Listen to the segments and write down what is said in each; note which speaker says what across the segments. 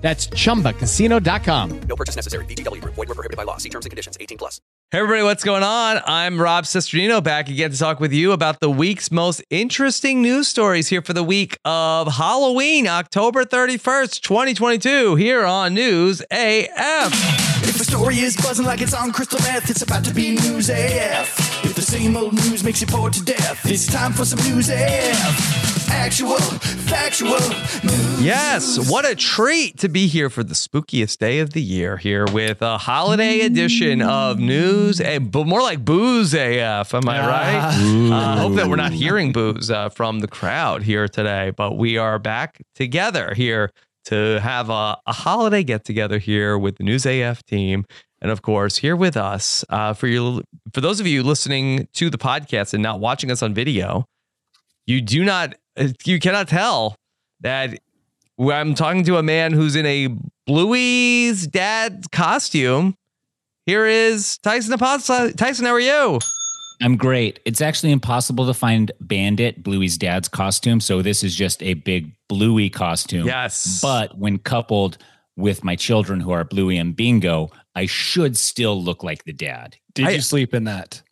Speaker 1: That's chumbacasino.com.
Speaker 2: No purchase necessary. VGW Group. Void were prohibited by law. See terms and conditions. 18 plus.
Speaker 3: Hey everybody, what's going on? I'm Rob Sestrino back again to talk with you about the week's most interesting news stories here for the week of Halloween, October 31st, 2022, here on News AF.
Speaker 4: If the story is buzzing like it's on crystal meth, it's about to be news AF. If the same old news makes you bored to death, it's time for some news AF. Actual, factual news.
Speaker 3: Yes, what a treat to be here for the spookiest day of the year here with a holiday edition of News, A- but more like Booze AF, am I right? Uh, I hope that we're not hearing booze uh, from the crowd here today, but we are back together here to have a, a holiday get together here with the News AF team. And of course, here with us uh, for you, for those of you listening to the podcast and not watching us on video, you do not, you cannot tell that I'm talking to a man who's in a Bluey's dad costume. Here is Tyson Apostle. Tyson, how are you?
Speaker 5: I'm great. It's actually impossible to find Bandit, Bluey's dad's costume. So this is just a big Bluey costume.
Speaker 3: Yes.
Speaker 5: But when coupled with my children who are Bluey and Bingo, I should still look like the dad.
Speaker 6: Did
Speaker 5: I-
Speaker 6: you sleep in that?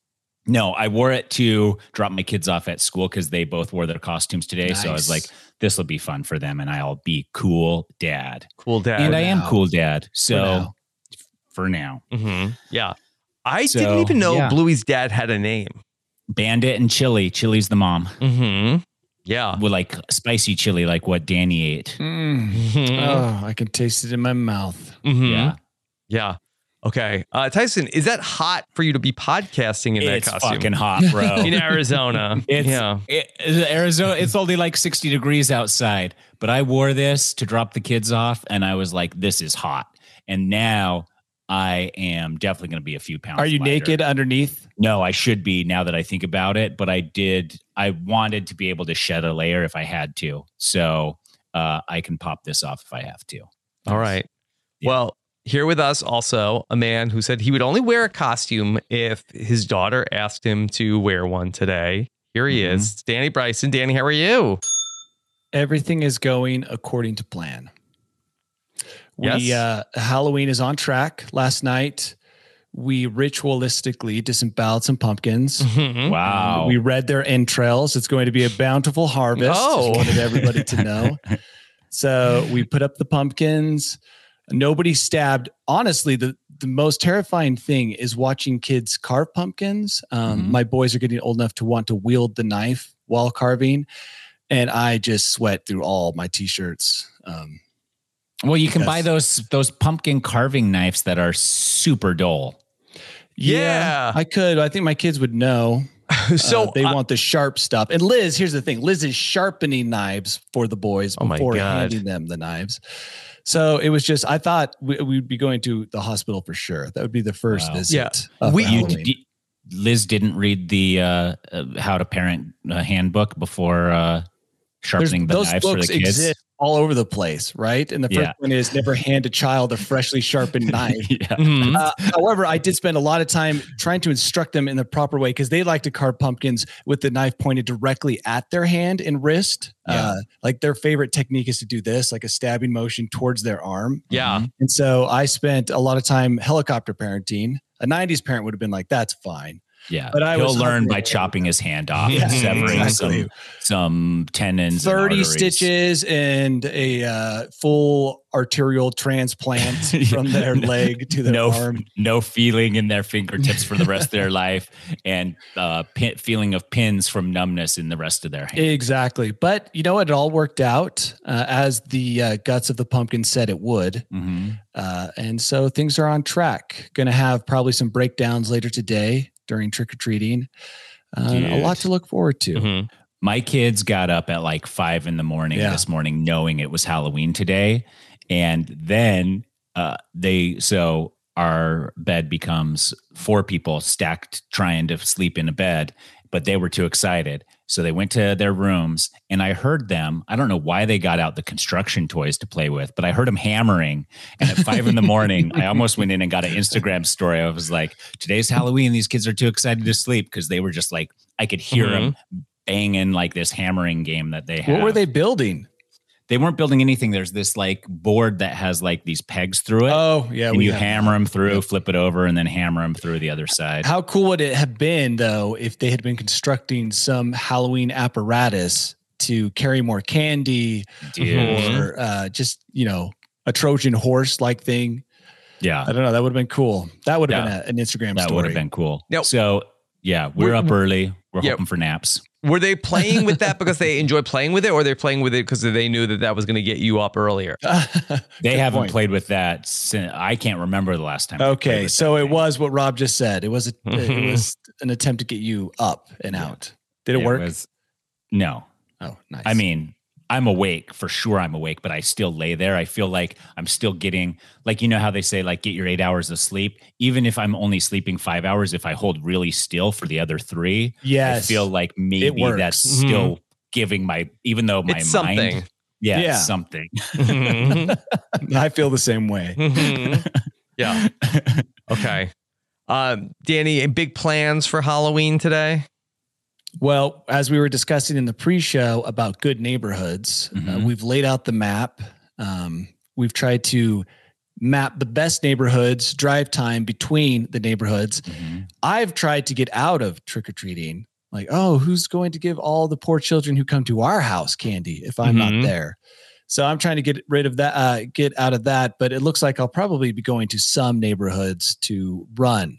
Speaker 5: No, I wore it to drop my kids off at school because they both wore their costumes today. So I was like,
Speaker 6: Nice.
Speaker 5: this will be fun for them and I'll be cool dad.
Speaker 3: Cool dad.
Speaker 5: and I am
Speaker 6: now.
Speaker 5: cool dad. So
Speaker 6: now.
Speaker 5: for now,
Speaker 3: Mm-hmm. Yeah. I
Speaker 5: So,
Speaker 3: didn't even know
Speaker 5: yeah.
Speaker 3: Bluey's dad had a name.
Speaker 5: Bandit and Chili. Chili's the mom.
Speaker 3: Mm-hmm. Yeah.
Speaker 5: with like spicy chili, like what Danny ate.
Speaker 3: Mm-hmm.
Speaker 6: Oh, I can taste it in my mouth.
Speaker 3: Mhm.
Speaker 5: Yeah,
Speaker 3: Uh, Yeah. Okay. Uh, Tyson, is that hot for you to be podcasting in
Speaker 5: it's
Speaker 3: that costume?
Speaker 5: fucking hot, bro.
Speaker 3: in Arizona.
Speaker 5: It's
Speaker 3: yeah.
Speaker 5: it- Arizona. It's only like sixty degrees outside, but I wore this to drop the kids off, and I was like, "This is hot." And now I am definitely going to be a few pounds.
Speaker 6: Are you
Speaker 5: lighter.
Speaker 6: naked underneath?
Speaker 5: No, I should be now that I think about it. But I did. I wanted to be able to shed a layer if I had to, so uh, I can pop this off if I have to.
Speaker 3: All right.
Speaker 5: Yeah.
Speaker 3: Well, here with us also a man who said he would only wear a costume if his daughter asked him to wear one today. Here he
Speaker 6: Mm-hmm.
Speaker 3: is, Danny Bryson. Danny, how are you?
Speaker 6: Everything is going according to plan. We
Speaker 3: Yes.
Speaker 6: uh, Halloween is on track. Last night, we ritualistically disemboweled some pumpkins.
Speaker 3: Mhm.
Speaker 5: Wow.
Speaker 6: Mm-hmm. We read their entrails. It's going to be a bountiful harvest. Just
Speaker 3: Oh.
Speaker 6: wanted everybody to know. so we put up the pumpkins. Nobody stabbed. Honestly, the, the most terrifying thing is watching kids carve pumpkins. Um,
Speaker 5: Mhm.
Speaker 6: My boys are getting old enough to want to wield the knife while carving. And I just sweat through all my t shirts. Um,
Speaker 5: Well, you can
Speaker 3: Yes.
Speaker 5: buy those those pumpkin carving knives that are super dull.
Speaker 3: Yeah.
Speaker 6: I could. I think my kids would know.
Speaker 3: so
Speaker 6: Uh,
Speaker 3: uh,
Speaker 6: they want the sharp stuff. And Liz, here's the thing: Liz is sharpening knives for the
Speaker 5: Oh
Speaker 6: boys
Speaker 3: my
Speaker 6: before
Speaker 3: God.
Speaker 6: handing them the knives. So it was just. I thought we, we'd be going to the hospital for sure. That would be the first
Speaker 5: Wow.
Speaker 6: visit. Uh,
Speaker 5: Yeah.
Speaker 6: of
Speaker 5: We- you-
Speaker 6: Halloween.
Speaker 5: d- Liz didn't read the uh, uh, how to parent uh, handbook before uh,
Speaker 6: There's-
Speaker 5: sharpening the
Speaker 6: those
Speaker 5: knives for
Speaker 6: books
Speaker 5: the kids.
Speaker 6: exist all over the place, right? And the first
Speaker 5: Yeah.
Speaker 6: one is never hand a child a freshly sharpened knife.
Speaker 3: Mm-hmm.
Speaker 6: Uh, however, I did spend a lot of time trying to instruct them in the proper way because they like to carve pumpkins with the knife pointed directly at their hand and wrist. Uh, like their favorite technique is to do this, like a stabbing motion towards their arm.
Speaker 3: Yeah.
Speaker 6: And so I spent a lot of time helicopter parenting. A 90s parent would have been like, that's fine.
Speaker 5: Yeah,
Speaker 6: But I
Speaker 5: he'll
Speaker 6: was
Speaker 5: learn
Speaker 6: hungry.
Speaker 5: by chopping his hand off
Speaker 6: Yeah,
Speaker 5: and severing
Speaker 6: exactly.
Speaker 5: some some tendons. and
Speaker 6: 30
Speaker 5: arteries.
Speaker 6: stitches and a uh, full arterial transplant from their leg to their
Speaker 5: no,
Speaker 6: arm.
Speaker 5: no feeling in their fingertips for the rest of their life, and uh, pin, feeling of pins from numbness in the rest of their hand.
Speaker 6: Exactly. But you know what? It all worked out uh, as the uh, guts of the pumpkin said it would.
Speaker 5: Mm-hmm.
Speaker 6: Uh, and so things are on track. Going to have probably some breakdowns later today during trick or treating. Uh, a
Speaker 5: Dude.
Speaker 6: lot to look forward to.
Speaker 5: My kids got up at like five in the morning
Speaker 6: Yeah.
Speaker 5: this morning, knowing it was Halloween today, and then uh, they so our bed becomes four people stacked trying to sleep in a bed, but they were too excited. So they went to their rooms, and I heard them. I don't know why they got out the construction toys to play with, but I heard them hammering. And at five in the morning, I almost went in and got an Instagram story. I was like, "Today's Halloween. These kids are too excited to sleep because they were just like, I could hear
Speaker 6: Mhm.
Speaker 5: them banging like this hammering game that they had.
Speaker 6: What were they building?
Speaker 5: They weren't building anything. There's this like board that has like these pegs through it.
Speaker 6: Oh, yeah.
Speaker 5: and
Speaker 6: we
Speaker 5: you
Speaker 6: have-
Speaker 5: hammer them through, flip it over, and then hammer them through the other side.
Speaker 6: How cool would it have been, though, if they had been constructing some Halloween apparatus to carry more candy
Speaker 5: Dude.
Speaker 3: Mhm. Mm-hmm.
Speaker 6: or uh, just, you know, a Trojan horse like thing?
Speaker 5: Yeah.
Speaker 6: I don't know. That would have been cool. That would have
Speaker 5: Yeah.
Speaker 6: been a, an Instagram
Speaker 5: that
Speaker 6: story.
Speaker 5: would have been cool. So yeah, we're,
Speaker 3: We're-
Speaker 5: up early. We're
Speaker 3: Yeah.
Speaker 5: hoping for naps.
Speaker 3: Were they playing with that because they enjoy playing with it, or they're playing with it because they knew that that was going to get you up earlier?
Speaker 6: Uh,
Speaker 5: They haven't
Speaker 3: point.
Speaker 5: played with that since I can't remember the last time. they played
Speaker 6: Okay,
Speaker 5: with
Speaker 6: so it was what Rob just said. It was a, it
Speaker 3: Mm-hmm.
Speaker 5: Mhm.
Speaker 6: was an attempt to get you up and out. Did it,
Speaker 5: It
Speaker 6: work?
Speaker 5: was- No.
Speaker 6: Oh, nice.
Speaker 5: I mean, I'm awake for sure. I'm awake, but I still lay there. I feel like I'm still getting, like, you know how they say, like, get your eight hours of sleep. Even if I'm only sleeping five hours, if I hold really still for the other three, I
Speaker 6: Yes.
Speaker 5: feel like maybe
Speaker 6: works.
Speaker 5: that's
Speaker 6: Mhm.
Speaker 5: still giving my, even though my
Speaker 3: It's
Speaker 5: mind,
Speaker 3: something. Mm-hmm.
Speaker 5: yeah, it's
Speaker 6: Yeah.
Speaker 5: something.
Speaker 6: I feel the same way.
Speaker 3: yeah. Okay. Um, Danny, any big plans for Halloween today?
Speaker 6: Well, as we were discussing in the pre-show about good neighborhoods, uh, we've laid out the map. Um, we've tried to map the best neighborhoods, drive time between the neighborhoods. I've tried to get out of trick or treating. Like, oh, who's going to give all the poor children who come to our house candy if I'm
Speaker 3: Mhm.
Speaker 6: not there? So I'm trying to get rid of that, uh, get out of that. But it looks like I'll probably be going to some neighborhoods to run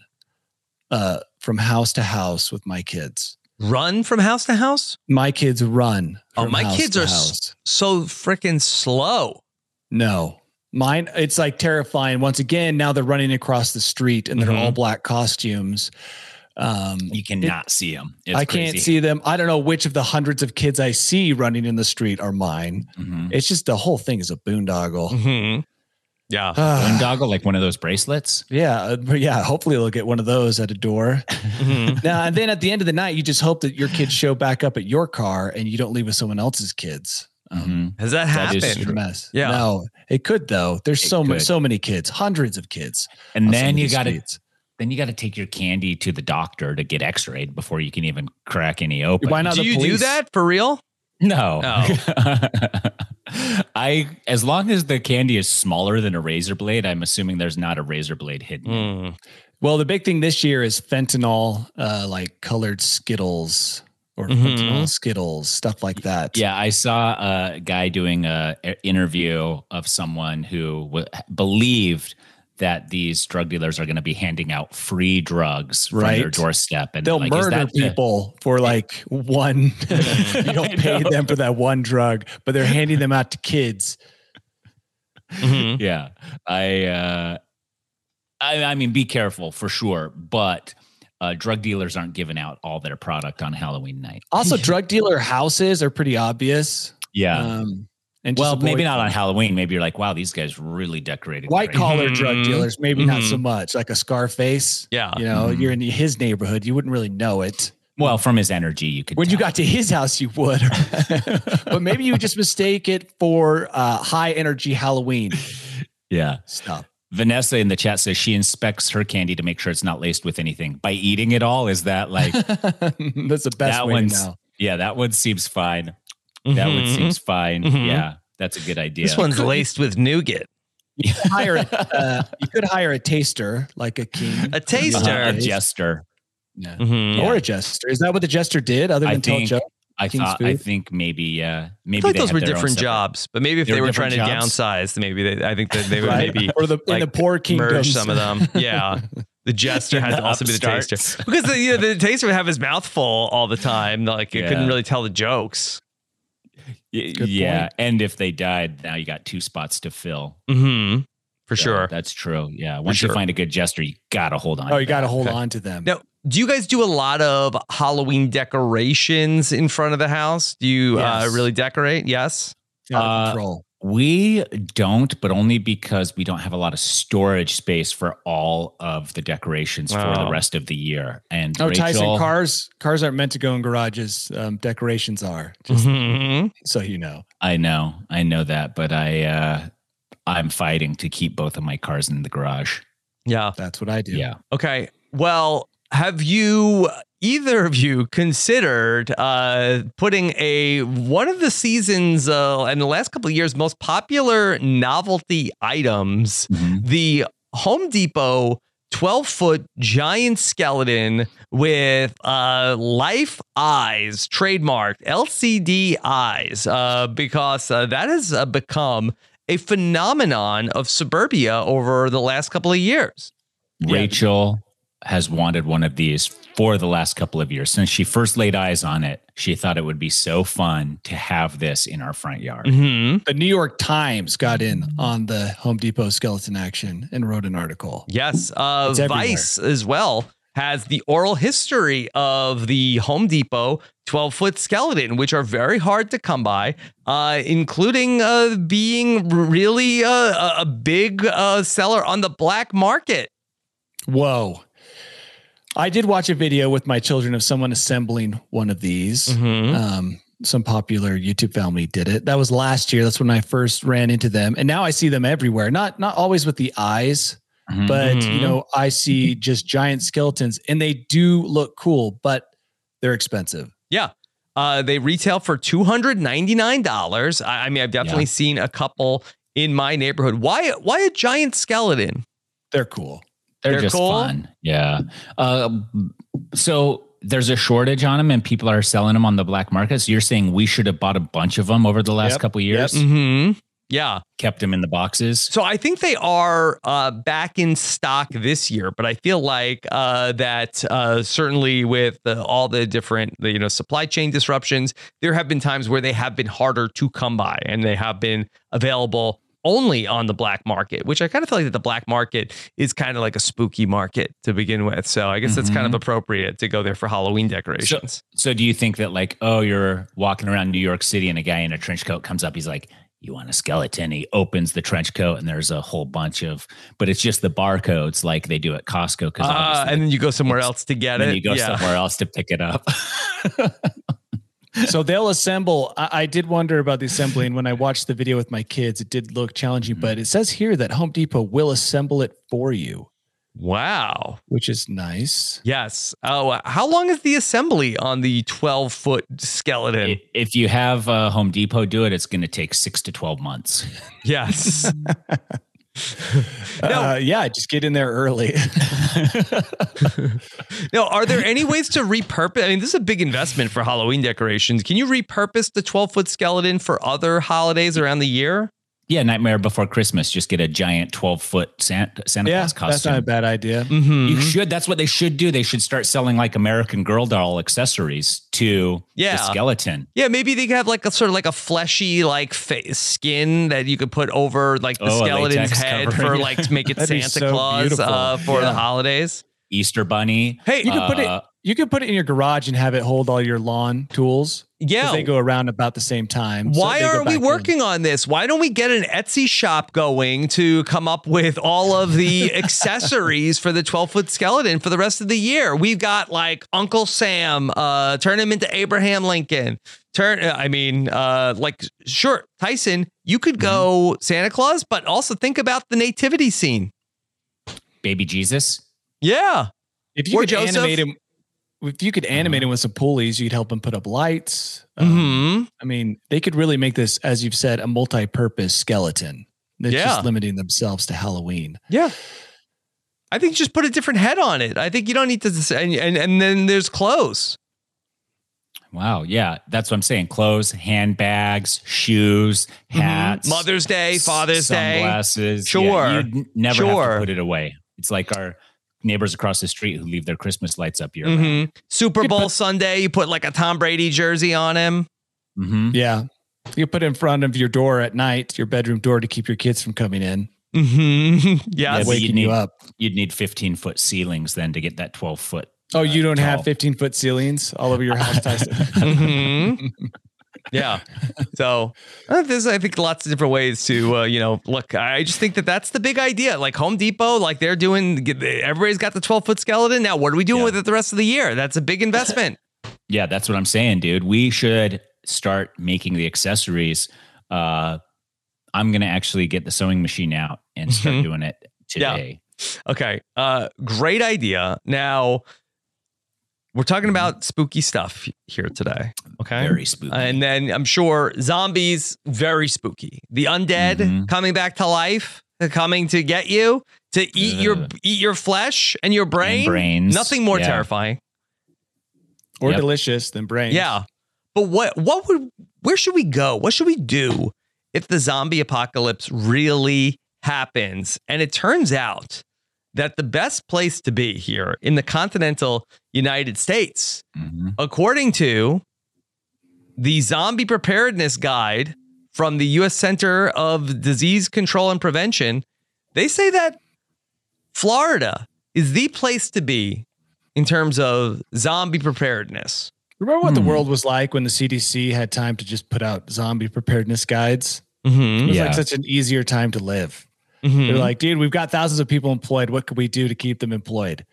Speaker 6: uh, from house to house with my kids
Speaker 3: Run from house to house?
Speaker 6: my kids run.
Speaker 3: Oh,
Speaker 6: from
Speaker 3: my
Speaker 6: house
Speaker 3: kids
Speaker 6: to
Speaker 3: are
Speaker 6: house.
Speaker 3: s- so freaking slow.
Speaker 6: no mine. It's like terrifying. Once again, now they're running across the street and they're
Speaker 3: Mm-hmm.
Speaker 6: all black costumes. Um,
Speaker 5: You cannot see them.
Speaker 6: I can't see them. I don't know which of the hundreds of kids I see running in the street are mine.
Speaker 3: Mm-hmm.
Speaker 6: It's just the whole thing is a boondoggle.
Speaker 3: Yeah.
Speaker 5: One doggle, like one of those bracelets.
Speaker 6: Yeah, uh, but yeah. Hopefully, they'll get one of those at a door.
Speaker 3: Mhm.
Speaker 6: now and then, at the end of the night, you just hope that your kids show back up at your car and you don't leave with someone else's kids.
Speaker 3: Has that
Speaker 6: That
Speaker 3: happened?
Speaker 6: is a mess.
Speaker 3: Yeah.
Speaker 6: No, it could though. There's so much,
Speaker 5: could.
Speaker 6: so many kids, hundreds of kids,
Speaker 5: And
Speaker 6: on some
Speaker 5: then
Speaker 6: of
Speaker 5: you
Speaker 6: these
Speaker 5: got to
Speaker 6: streets.
Speaker 5: then you got to take your candy to the doctor to get X-rayed before you can even crack any open.
Speaker 6: Why not
Speaker 3: Do
Speaker 6: the
Speaker 3: you do
Speaker 6: police?
Speaker 3: that for real?
Speaker 5: No.
Speaker 3: Oh.
Speaker 5: I as long as the candy is smaller than a razor blade, I'm assuming there's not a razor blade hidden.
Speaker 6: Hmm. Well, the big thing this year is fentanyl, uh, like colored Skittles or fentanyl Skittles, stuff like that.
Speaker 5: Mm-hmm. Yeah, I saw a guy doing a a interview of someone who w- believed that these drug dealers are going to be handing out free drugs from their
Speaker 6: Right.
Speaker 5: doorstep, and
Speaker 6: They'll
Speaker 5: like, is
Speaker 6: murder
Speaker 5: that the-
Speaker 6: people for like one. you don't pay them for that one drug, but they're handing them out to kids.
Speaker 5: yeah. I, uh, I, I mean, be careful for sure, but uh, drug dealers aren't giving out all their product on Halloween night.
Speaker 6: Also, drug dealer houses are pretty obvious.
Speaker 5: Yeah.
Speaker 6: Um, and just
Speaker 5: well, maybe
Speaker 6: avoid-
Speaker 5: not on Halloween. Maybe you're like, wow, these guys really decorated.
Speaker 6: White
Speaker 5: great.
Speaker 6: collar drug dealers, maybe not so much. Like a Scarface.
Speaker 5: Mm-hmm. Yeah. Mm-hmm.
Speaker 6: You know, you're in his neighborhood. You wouldn't really know it.
Speaker 5: Well, from his energy, you could.
Speaker 6: When you got to his house, you would. but maybe you just mistake it for uh, high energy Halloween.
Speaker 5: Yeah.
Speaker 6: Stop.
Speaker 5: Vanessa in the chat says she inspects her candy to make sure it's not laced with anything by eating it all. Is that like
Speaker 6: That's the best
Speaker 5: that
Speaker 6: way
Speaker 5: one?
Speaker 6: to know.
Speaker 5: Yeah, that one seems fine. That one
Speaker 3: Mhm.
Speaker 5: seems fine.
Speaker 3: Mhm.
Speaker 5: Yeah, that's a good idea.
Speaker 3: This one's laced with nougat.
Speaker 6: hire a, uh, you could hire a taster like a king,
Speaker 3: A taster?
Speaker 5: Uh, a jester.
Speaker 6: Yeah.
Speaker 3: Mhm.
Speaker 6: Uh-huh. or a jester. Is that what the jester did? Other
Speaker 5: I
Speaker 6: than tell
Speaker 5: think-
Speaker 6: jokes,
Speaker 5: I
Speaker 6: King's
Speaker 5: thought. I
Speaker 6: food?
Speaker 5: think maybe. Uh,
Speaker 3: I
Speaker 5: maybe
Speaker 3: feel like
Speaker 5: they
Speaker 3: those
Speaker 5: had
Speaker 3: were
Speaker 5: their own
Speaker 3: different
Speaker 5: separate-
Speaker 3: jobs, but maybe if
Speaker 5: They
Speaker 3: they,
Speaker 5: were
Speaker 3: were trying to
Speaker 5: different jobs?
Speaker 3: downsize, maybe they, I think that they would
Speaker 6: Right.
Speaker 3: maybe
Speaker 6: Or the- in the poor
Speaker 3: merge
Speaker 6: kingdoms.
Speaker 3: some of them. Yeah, the jester had
Speaker 5: The
Speaker 3: to also be the taster
Speaker 5: upstarts.
Speaker 3: because the, you know, the taster would have his mouth full all the time. Like it
Speaker 5: Yeah.
Speaker 3: couldn't really tell the jokes.
Speaker 5: Y-
Speaker 3: Good
Speaker 5: yeah,
Speaker 3: point.
Speaker 5: and if they died, now you got two spots to fill.
Speaker 3: Mm-hmm. For
Speaker 5: Yeah,
Speaker 3: sure.
Speaker 5: that's true. Yeah, once you
Speaker 3: sure.
Speaker 5: find a good jester, you gotta hold on.
Speaker 6: Oh,
Speaker 5: to
Speaker 6: you got to
Speaker 5: that.
Speaker 6: hold on to them.
Speaker 3: Now, do you guys do a lot of Halloween decorations in front of the house? Do you uh,
Speaker 6: Yes.
Speaker 3: really decorate? Yes.
Speaker 6: It's out of
Speaker 5: Uh,
Speaker 6: control.
Speaker 5: We don't, but only because we don't have a lot of storage space for all of the decorations for
Speaker 3: Oh.
Speaker 5: the rest of the year. And
Speaker 6: No,
Speaker 5: Rachel,
Speaker 6: Oh, Tyson, cars cars aren't meant to go in garages. Um, decorations are, just
Speaker 3: Mhm.
Speaker 6: so you know.
Speaker 5: I know, I know that, but I, uh, I'm fighting to keep both of my cars in the garage.
Speaker 3: Yeah.
Speaker 6: That's what I do.
Speaker 5: Yeah.
Speaker 3: Okay. Well, have you either of you considered uh, putting a one of the seasons uh, and the last couple of years most popular novelty items, the Home Depot 12 foot giant skeleton with uh, life eyes trademarked LCD eyes uh, because uh, that has uh, become a phenomenon of suburbia over the last couple of years.
Speaker 5: Rachel has wanted one of these for the last couple of years. Since she first laid eyes on it, she thought it would be so fun to have this in our front yard.
Speaker 3: hmm
Speaker 6: The New York Times got in on the Home Depot skeleton action and wrote an article.
Speaker 3: Yes. Uh,
Speaker 6: It's everywhere.
Speaker 3: Vice as well has the oral history of the Home Depot 12 foot skeleton, which are very hard to come by, uh, including uh, being really uh, a- a big uh, seller on the black market.
Speaker 6: Whoa. I did watch a video with my children of someone assembling one of these. Um, some popular YouTube family did it. That was last year. That's when I first ran into them, and now I see them everywhere. Not not always with the eyes, but you know I see just giant skeletons, and they do look cool, but they're expensive.
Speaker 3: Yeah. Uh, they retail for $299. I, I mean, I've definitely
Speaker 5: Yeah.
Speaker 3: seen a couple in my neighborhood. Why why a giant skeleton?
Speaker 6: They're cool.
Speaker 5: They're,
Speaker 3: They're
Speaker 5: just
Speaker 3: cool.
Speaker 5: fun. Yeah. Uh, so there's a shortage on them, and people are selling them on the black market. So you're saying we should have bought a bunch of them over the last
Speaker 6: Yep.
Speaker 5: couple of years,
Speaker 3: hmm Yeah.
Speaker 5: kept them in the boxes.
Speaker 3: So I think they are uh, back in stock this year, but I feel like uh, that uh, certainly with the, all the different the, you know supply chain disruptions, there have been times where they have been harder to come by, and they have been available only on the black market, which I kind of feel like that the black market is kind of like a spooky market to begin with. So I guess that's kind of
Speaker 5: Mm-hmm.
Speaker 3: appropriate to go there for Halloween decorations.
Speaker 5: So do you think that like, oh, you're walking around New York City and a guy in a trench coat comes up, he's like, you want a skeleton? He opens the trench coat and there's a whole bunch of, but it's just the barcodes like they do at Costco. Cause
Speaker 3: Uh,
Speaker 5: obviously
Speaker 3: and then you go somewhere else to get
Speaker 5: then
Speaker 3: it.
Speaker 5: you go
Speaker 3: yeah.
Speaker 5: somewhere else to pick it up.
Speaker 6: so they'll assemble. I, I did wonder about the assembly, and when I watched the video with my kids, it did look challenging. But it says here that Home Depot will assemble it for you,
Speaker 3: Wow.
Speaker 6: which is nice.
Speaker 3: Yes. Oh, how long is the assembly on the 12 foot skeleton?
Speaker 5: I- if you have uh, Home Depot do it, it's going to take six to 12 months.
Speaker 3: yes.
Speaker 6: Uh, yeah, just get in there early.
Speaker 3: Now, are there any ways to repurpose? I mean, this is a big investment for Halloween decorations. Can you repurpose the 12 foot skeleton for other holidays around the year?
Speaker 5: Yeah, Nightmare Before Christmas. Just get a giant twelve foot Santa, Santa
Speaker 6: yeah,
Speaker 5: Claus costume.
Speaker 6: that's not a bad idea. Mm,
Speaker 5: You should. That's what they should do. They should start selling like American Girl doll accessories to
Speaker 3: Yeah.
Speaker 5: the skeleton.
Speaker 3: Yeah, maybe they could have like a sort of like a fleshy like fa- skin that you could put over like the
Speaker 5: Oh, a
Speaker 3: skeleton's
Speaker 5: latex
Speaker 3: head
Speaker 5: covering.
Speaker 3: for like to make it
Speaker 6: That'd be
Speaker 3: Santa
Speaker 6: so
Speaker 3: Claus uh,
Speaker 6: beautiful.
Speaker 3: for
Speaker 6: Yeah.
Speaker 3: the holidays.
Speaker 5: Easter Bunny.
Speaker 6: Hey, you can put
Speaker 5: uh,
Speaker 6: it. You can put it in your garage and have it hold all your lawn tools. 'cause
Speaker 3: Yeah.
Speaker 6: they go around about the same time. so they
Speaker 3: Why
Speaker 6: go
Speaker 3: aren't we
Speaker 6: back in.
Speaker 3: working on this? Why don't we get an Etsy shop going to come up with all of the accessories for the 12 foot skeleton for the rest of the year? We've got like Uncle Sam, uh, turn him into Abraham Lincoln. Turn, I mean, uh, like, sure, Tyson, you could go
Speaker 6: Mm-hmm.
Speaker 3: Santa Claus, but also think about the nativity scene.
Speaker 5: Baby Jesus.
Speaker 3: Yeah.
Speaker 6: If you
Speaker 3: Or
Speaker 6: could
Speaker 3: Joseph.
Speaker 6: animate him, if you could animate him with some pulleys, you'd help him put up lights. Uh,
Speaker 3: Um,
Speaker 6: I mean, they could really make this, as you've said, a multi-purpose skeleton. That's
Speaker 3: Yeah.
Speaker 6: just limiting themselves to Halloween.
Speaker 3: Yeah. I think just put a different head on it. I think you don't need to, and, and, and then there's clothes.
Speaker 5: Wow. Yeah, that's what I'm saying. Clothes, handbags, shoes,
Speaker 6: Mm-hmm.
Speaker 5: hats,
Speaker 3: Mother's Day, Father's Day.
Speaker 5: sunglasses. Yeah,
Speaker 3: Sure.
Speaker 5: you'd n- never have
Speaker 3: Sure.
Speaker 5: to put it away. It's like our neighbors across the street who leave their Christmas lights up year
Speaker 6: Mm-hmm.
Speaker 5: round.
Speaker 3: Mhm. Super Bowl Sunday, you put like a Tom Brady jersey on him.
Speaker 6: Yeah. You put it in front of your door at night, your bedroom door, to keep your kids from coming in.
Speaker 3: Mm-hmm.
Speaker 5: Yeah,
Speaker 3: Yes.
Speaker 5: but you'd
Speaker 6: Waking
Speaker 5: need,
Speaker 6: you up.
Speaker 5: You'd need 15 foot ceilings then to get that 12 foot. uh,
Speaker 6: Oh, you don't
Speaker 5: tall.
Speaker 6: have 15 foot ceilings all over your house, Tyson.
Speaker 3: Mhm. yeah. So uh, there's, I think, lots of different ways to, uh, you know, look. I just think that that's the big idea. Like Home Depot, like they're doing. get- Everybody's got the 12 foot skeleton. Now, what are we doing with it the rest of the year? That's a big investment.
Speaker 5: Yeah, that's what I'm saying, dude. We should start making the accessories. Uh, I'm going to actually get the sewing machine out and start
Speaker 6: Mm-hmm.
Speaker 3: Mhm.
Speaker 5: doing it today.
Speaker 3: Okay. Uh, great idea. Now, we're talking about spooky stuff here today. Okay. Uh,
Speaker 5: Very spooky.
Speaker 3: And then I'm sure zombies, very spooky. The undead
Speaker 5: Mm-hmm.
Speaker 3: coming back to life, they're coming to get you, to eat your eat your flesh and your brain.
Speaker 5: brains,
Speaker 3: Nothing more
Speaker 5: yeah.
Speaker 3: terrifying.
Speaker 6: Or
Speaker 5: Yep.
Speaker 6: delicious than brains.
Speaker 3: Yeah. But what what would where should we go? What should we do if the zombie apocalypse really happens? And it turns out that the best place to be here in the continental United States, according to the zombie preparedness guide from the US Center of Disease Control and Prevention, they say that Florida is the place to be in terms of zombie preparedness.
Speaker 6: Remember what the world was like when the CDC had time to just put out zombie preparedness guides? It
Speaker 3: Mm-hmm.
Speaker 6: was
Speaker 5: Yeah.
Speaker 6: like such an easier time to live.
Speaker 3: Mhm.
Speaker 6: They're like, Mm-hmm. dude, we've got thousands of people employed. What could we do to keep them employed?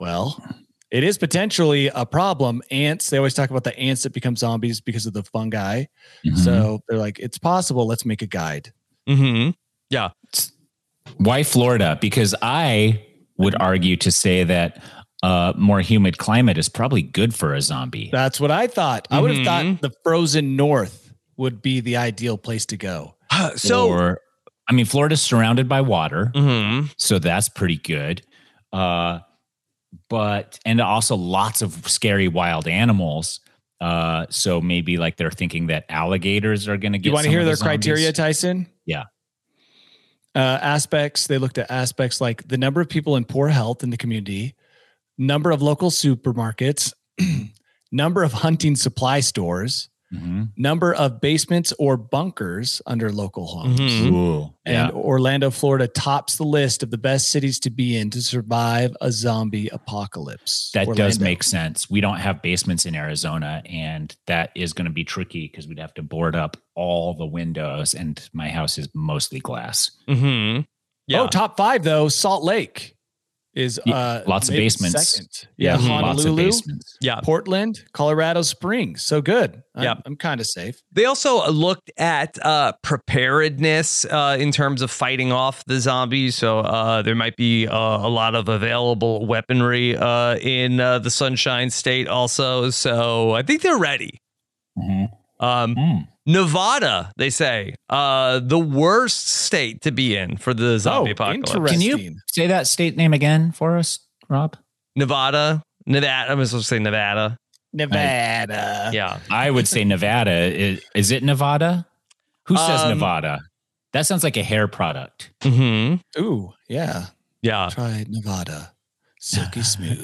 Speaker 6: Well, it is potentially a problem. Ants, they always talk about the ants that become zombies because of the fungi. So they're like, it's possible. Let's make a guide.
Speaker 3: Mm-hmm. Yeah.
Speaker 5: Why Florida? Because I would argue to say that uh, more humid climate is probably good for a zombie. Mm-hmm.
Speaker 6: That's what I thought. I would have thought
Speaker 3: Mhm.
Speaker 6: the frozen north would be the ideal place to go.
Speaker 3: So,
Speaker 5: or, I mean, Florida's surrounded by water.
Speaker 3: Mhm.
Speaker 5: So that's pretty good. Uh, but, and also lots of scary wild animals. Uh, so maybe like they're thinking that alligators are going to get.
Speaker 6: You want to
Speaker 5: some
Speaker 6: hear
Speaker 5: of the
Speaker 6: their
Speaker 5: zombies.
Speaker 6: criteria, Tyson?
Speaker 5: Yeah.
Speaker 6: uh, aspects. They looked at aspects like the number of people in poor health in the community, number of local supermarkets, number of hunting supply stores, Mm-hmm.
Speaker 5: Mhm.
Speaker 6: number of basements or bunkers under local homes.
Speaker 3: Mhm.
Speaker 5: Ooh,
Speaker 6: Mm-hmm. And
Speaker 5: yeah.
Speaker 6: Orlando, Florida tops the list of the best cities to be in to survive a zombie apocalypse.
Speaker 5: That does
Speaker 6: Orlando.
Speaker 5: make sense. We don't have basements in Arizona, and that is going to be tricky because we'd have to board up all the windows, and my house is mostly glass.
Speaker 3: Mm-hmm. Yeah.
Speaker 6: Oh, top five though. Salt Lake is
Speaker 5: Yeah,
Speaker 6: uh,
Speaker 5: lots of
Speaker 6: maybe
Speaker 5: basements.
Speaker 6: second. Yeah,
Speaker 5: Mhm. lots of
Speaker 6: Honolulu,
Speaker 5: basements.
Speaker 3: yeah.
Speaker 6: Portland, Colorado Springs. So good. I'm,
Speaker 3: Yeah.
Speaker 6: I'm kind of safe.
Speaker 3: They also looked at uh, preparedness uh, in terms of fighting off the zombies. So uh, there might be uh, a lot of available weaponry uh, in uh, the Sunshine State, also. So I think they're ready. Um, Nevada, they say, uh, the worst state to be in for the zombie apocalypse.
Speaker 5: Can you
Speaker 6: Oh, Interesting.
Speaker 5: say that state name again for us, Rob?
Speaker 3: Nevada, Nevada. I'm supposed to say Nevada.
Speaker 6: Nevada.
Speaker 3: Yeah.
Speaker 5: I would say Nevada. Is, is it Nevada? Who says
Speaker 3: Um,
Speaker 5: Nevada? That sounds like a hair product.
Speaker 6: Mm-hmm. Ooh, yeah.
Speaker 3: Yeah.
Speaker 6: Try Nevada. Silky smooth.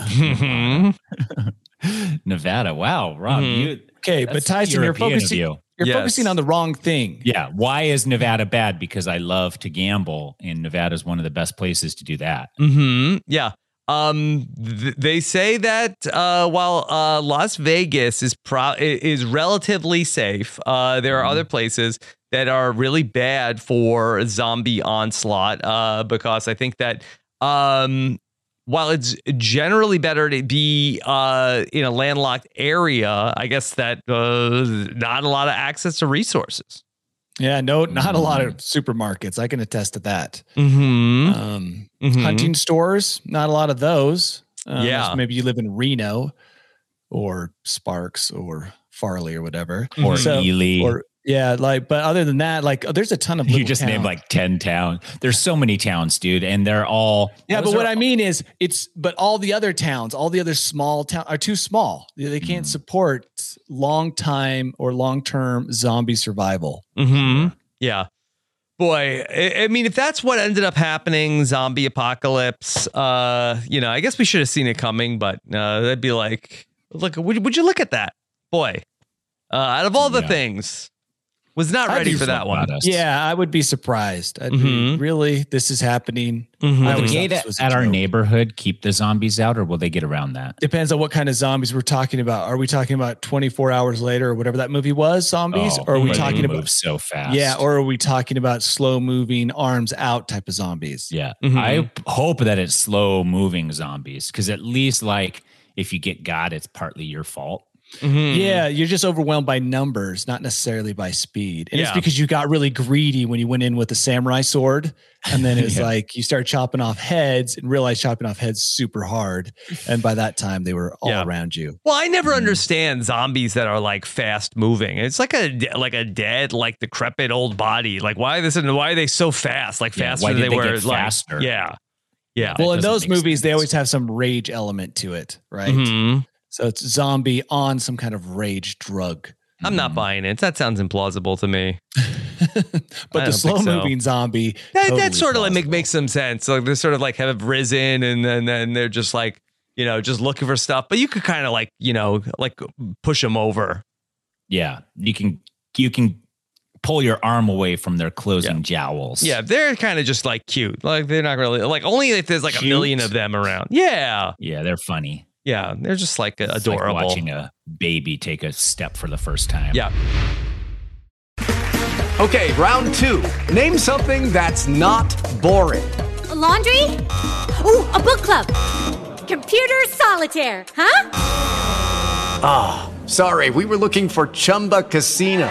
Speaker 5: Nevada. Wow, Rob.
Speaker 6: Mhm.
Speaker 5: You,
Speaker 6: okay,
Speaker 5: that's
Speaker 6: but Tyson, you're
Speaker 5: European of
Speaker 6: focusing
Speaker 5: you.
Speaker 6: are focusing on the wrong thing.
Speaker 5: Yeah. Why is Nevada bad? Because I love to gamble, and Nevada is one of the best places to do that.
Speaker 3: Mm-hmm. Yeah. Um, th- they say that uh, while uh, Las Vegas is pro- i- is relatively safe, uh, there are
Speaker 6: Mm-hmm.
Speaker 3: other places that are really bad for zombie onslaught. Uh, because I think that um, while it's generally better to be uh, in a landlocked area, I guess that uh, not a lot of access to resources.
Speaker 6: Yeah, no, not a lot of supermarkets. I can attest to that.
Speaker 3: Mm-hmm.
Speaker 6: Um,
Speaker 3: Mhm.
Speaker 6: Hunting stores, not a lot of those. Um,
Speaker 3: Yeah.
Speaker 6: so Maybe you live in Reno or Sparks or Farley or whatever.
Speaker 5: Or Ely.
Speaker 6: Or, yeah, like, but other than that, like, oh, there's a ton of
Speaker 5: You
Speaker 6: little
Speaker 5: just named
Speaker 6: towns.
Speaker 5: like 10 towns. There's so many towns, dude, and they're all
Speaker 6: Yeah,
Speaker 5: those
Speaker 6: but what
Speaker 5: are-
Speaker 6: I mean is, it's but all the other towns, all the other small towns are too small. They- They can't support long time or long term zombie survival.
Speaker 3: hmm Yeah. Boy, I, I mean, if that's what ended up happening, zombie apocalypse, uh, you know, I guess we should have seen it coming, but uh, that'd be like, look, would, would you look at that? Boy, uh, out of all the
Speaker 6: Yeah.
Speaker 3: things, was not ready for that one.
Speaker 6: Yeah, I would be surprised. I'd be,
Speaker 3: Mhm.
Speaker 6: really, this is happening.
Speaker 3: Mm-hmm.
Speaker 6: I
Speaker 5: Will the
Speaker 6: always thought
Speaker 5: gate
Speaker 6: this
Speaker 5: at,
Speaker 6: was a
Speaker 5: at our
Speaker 6: joke.
Speaker 5: neighborhood keep the zombies out, or will they get around that?
Speaker 6: Depends on what kind of zombies we're talking about. Are we talking about 24 hours later or whatever that movie was, zombies?
Speaker 5: Oh,
Speaker 6: or are we
Speaker 5: but they
Speaker 6: talking
Speaker 5: move
Speaker 6: about
Speaker 5: so fast?
Speaker 6: Yeah, or are we talking about slow moving arms out type of zombies?
Speaker 5: Yeah.
Speaker 6: Mhm.
Speaker 5: I p- hope that it's slow moving zombies because at least, like, if you get got, it's partly your fault.
Speaker 6: Yeah, you're just overwhelmed by numbers, not necessarily by speed. And it's
Speaker 5: Yeah.
Speaker 6: because you got really greedy when you went in with a samurai sword. And then it's
Speaker 5: Yeah.
Speaker 6: like you start chopping off heads and realize chopping off heads super hard. And by that time, they were all
Speaker 3: Yeah.
Speaker 6: around you.
Speaker 3: Well, I never understand zombies that are like fast moving. It's like a de- like a dead, like decrepit old body. Like why this and why are they so fast? Like
Speaker 5: Yeah,
Speaker 3: faster
Speaker 5: why
Speaker 3: than
Speaker 5: did
Speaker 3: they,
Speaker 5: they
Speaker 3: were.
Speaker 5: get
Speaker 3: like-
Speaker 5: faster?
Speaker 3: yeah, yeah.
Speaker 6: well, in those movies, they always have some rage element to it, right?
Speaker 3: Mhm.
Speaker 6: So it's zombie on some kind of rage drug.
Speaker 3: I'm not buying it. That sounds implausible to me.
Speaker 6: Mm-hmm. But the
Speaker 3: don't think
Speaker 6: slow
Speaker 3: so.
Speaker 6: moving zombie.
Speaker 3: That,
Speaker 6: totally
Speaker 3: that sort of like
Speaker 6: plausible.
Speaker 3: make, makes some sense. Like they're sort of like have risen and then then they're just like, you know, just looking for stuff. But you could kind of like, you know, like push them over.
Speaker 5: Yeah. You can, you can pull your arm away from their closing jowls.
Speaker 3: Yeah, they're kind of just like cute. Like they're not really like only if there's like a million of them around. Yeah.
Speaker 5: Yeah. They're funny.
Speaker 3: Yeah. They're just like
Speaker 5: It's like
Speaker 3: adorable.
Speaker 5: watching a baby take a step for the first time.
Speaker 3: Yeah.
Speaker 7: Okay, round two. Name something that's not boring.
Speaker 8: laundry? Ooh, a book club. Computer solitaire, huh?
Speaker 7: Ah, sorry, we were looking for Chumba Casino.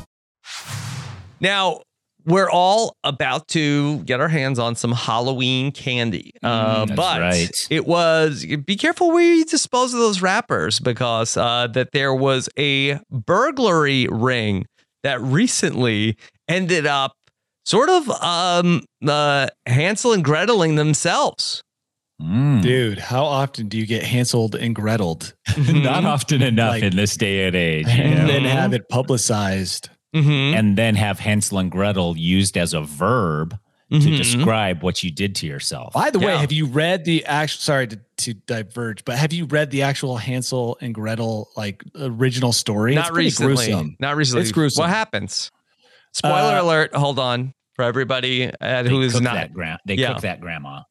Speaker 3: Now, we're all about to get our hands on some Halloween candy.
Speaker 6: Mm,
Speaker 3: Uh,
Speaker 5: that's
Speaker 3: but
Speaker 5: right.
Speaker 3: it was be careful where you dispose of those wrappers because uh, that there was a burglary ring that recently ended up sort of um, uh, Hansel and Greteling themselves.
Speaker 5: Mm.
Speaker 6: Dude, how often do you get Hanseled and Greteled?
Speaker 5: Not often enough in this day and age. you
Speaker 6: Mm-hmm. and then
Speaker 5: know?
Speaker 6: have it publicized.
Speaker 3: Mm-hmm,
Speaker 5: and then have Hansel and Gretel used as a verb to
Speaker 3: mm-hmm.
Speaker 6: Mhm.
Speaker 5: describe what you did to yourself.
Speaker 6: By the way, have you read the actual? Sorry to, to diverge, but have you read the actual Hansel and Gretel like original story? It's
Speaker 3: Not
Speaker 6: pretty
Speaker 3: recently.
Speaker 6: gruesome.
Speaker 3: Not recently.
Speaker 6: It's gruesome.
Speaker 3: What happens? Spoiler
Speaker 6: Uh,
Speaker 3: alert. Hold on for everybody at who is
Speaker 5: cook
Speaker 3: not.
Speaker 5: that gra- they
Speaker 3: Yeah.
Speaker 5: cook that grandma.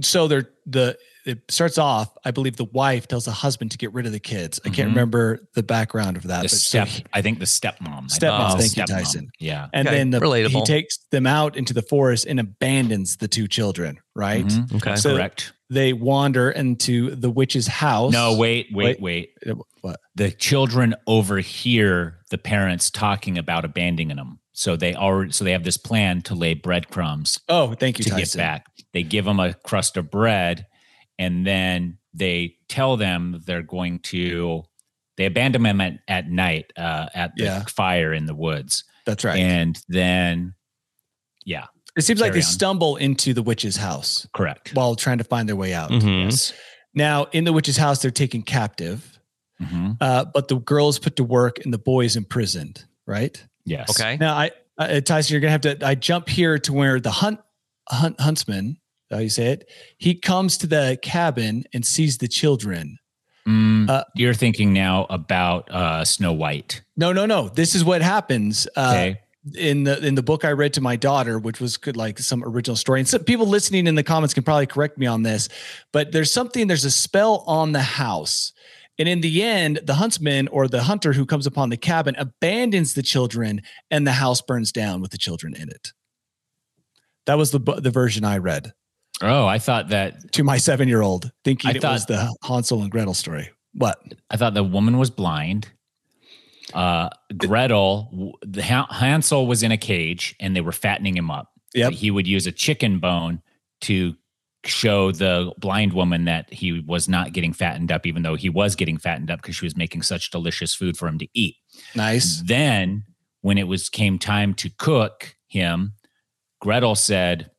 Speaker 6: so they're the it starts off i believe the wife tells the husband to get rid of the kids i can't
Speaker 5: Mhm.
Speaker 6: remember the background of that
Speaker 5: The
Speaker 6: Uh, but so
Speaker 5: step,
Speaker 6: he-
Speaker 5: I think the stepmom. I
Speaker 6: Stepmom,
Speaker 5: think it's
Speaker 6: thank you,
Speaker 5: stepmom.
Speaker 6: Tyson.
Speaker 5: Yeah,
Speaker 6: and then the, he
Speaker 5: Relatable.
Speaker 6: takes them out into the forest and abandons the two children right
Speaker 5: Mhm. Okay.
Speaker 6: so
Speaker 5: Correct.
Speaker 6: they wander into the witch's house
Speaker 5: No, wait, wait, wait.
Speaker 6: Uh, What?
Speaker 5: The children overhear the parents talking about abandoning them. So they already so they have this plan to lay breadcrumbs.
Speaker 6: Oh, thank you,
Speaker 5: to get
Speaker 6: Tyson.
Speaker 5: back. They give them a crust of bread, and then they tell them they're going to. They abandon them at, at night uh, at the
Speaker 6: Yeah.
Speaker 5: fire in the woods.
Speaker 6: That's right.
Speaker 5: And then, yeah,
Speaker 6: it seems like they
Speaker 5: carry on.
Speaker 6: stumble into the witch's house
Speaker 5: correct
Speaker 6: while trying to find their way
Speaker 5: Mm.
Speaker 6: out
Speaker 3: Mhm.
Speaker 6: now in the witch's house they're taken captive
Speaker 5: Mm-hmm.
Speaker 6: uh, but the girls put to work and the boys imprisoned right
Speaker 5: Yes.
Speaker 3: Okay.
Speaker 6: Now, I uh, Tyson, you're gonna have to. I jump here to where the hunt, hunt huntsman, how you say it, he comes to the cabin and sees the children.
Speaker 5: Mm,
Speaker 6: Uh,
Speaker 5: you're thinking now about uh, Snow White.
Speaker 6: No, no, no. This is what happens. Uh,
Speaker 5: Okay.
Speaker 6: In the in the book I read to my daughter, which was good, like some original story, and some people listening in the comments can probably correct me on this, but there's something there's a spell on the house, and in the end, the huntsman or the hunter who comes upon the cabin abandons the children, and the house burns down with the children in it. That was the bu- the version I read
Speaker 5: Oh, I thought that
Speaker 6: to my seven year old, thinking
Speaker 5: I
Speaker 6: it was
Speaker 5: thought-
Speaker 6: the Hansel and Gretel story. What?
Speaker 5: I thought the woman was blind. Uh, Gretel, w- the Han- Hansel was in a cage, and they were fattening him up. Yeah, he would use a chicken bone to show the blind woman that he was not getting fattened up, even though he was getting fattened up because she was making such delicious food for him to eat.
Speaker 6: Nice.
Speaker 5: Then, when it was came time to cook him, Gretel said,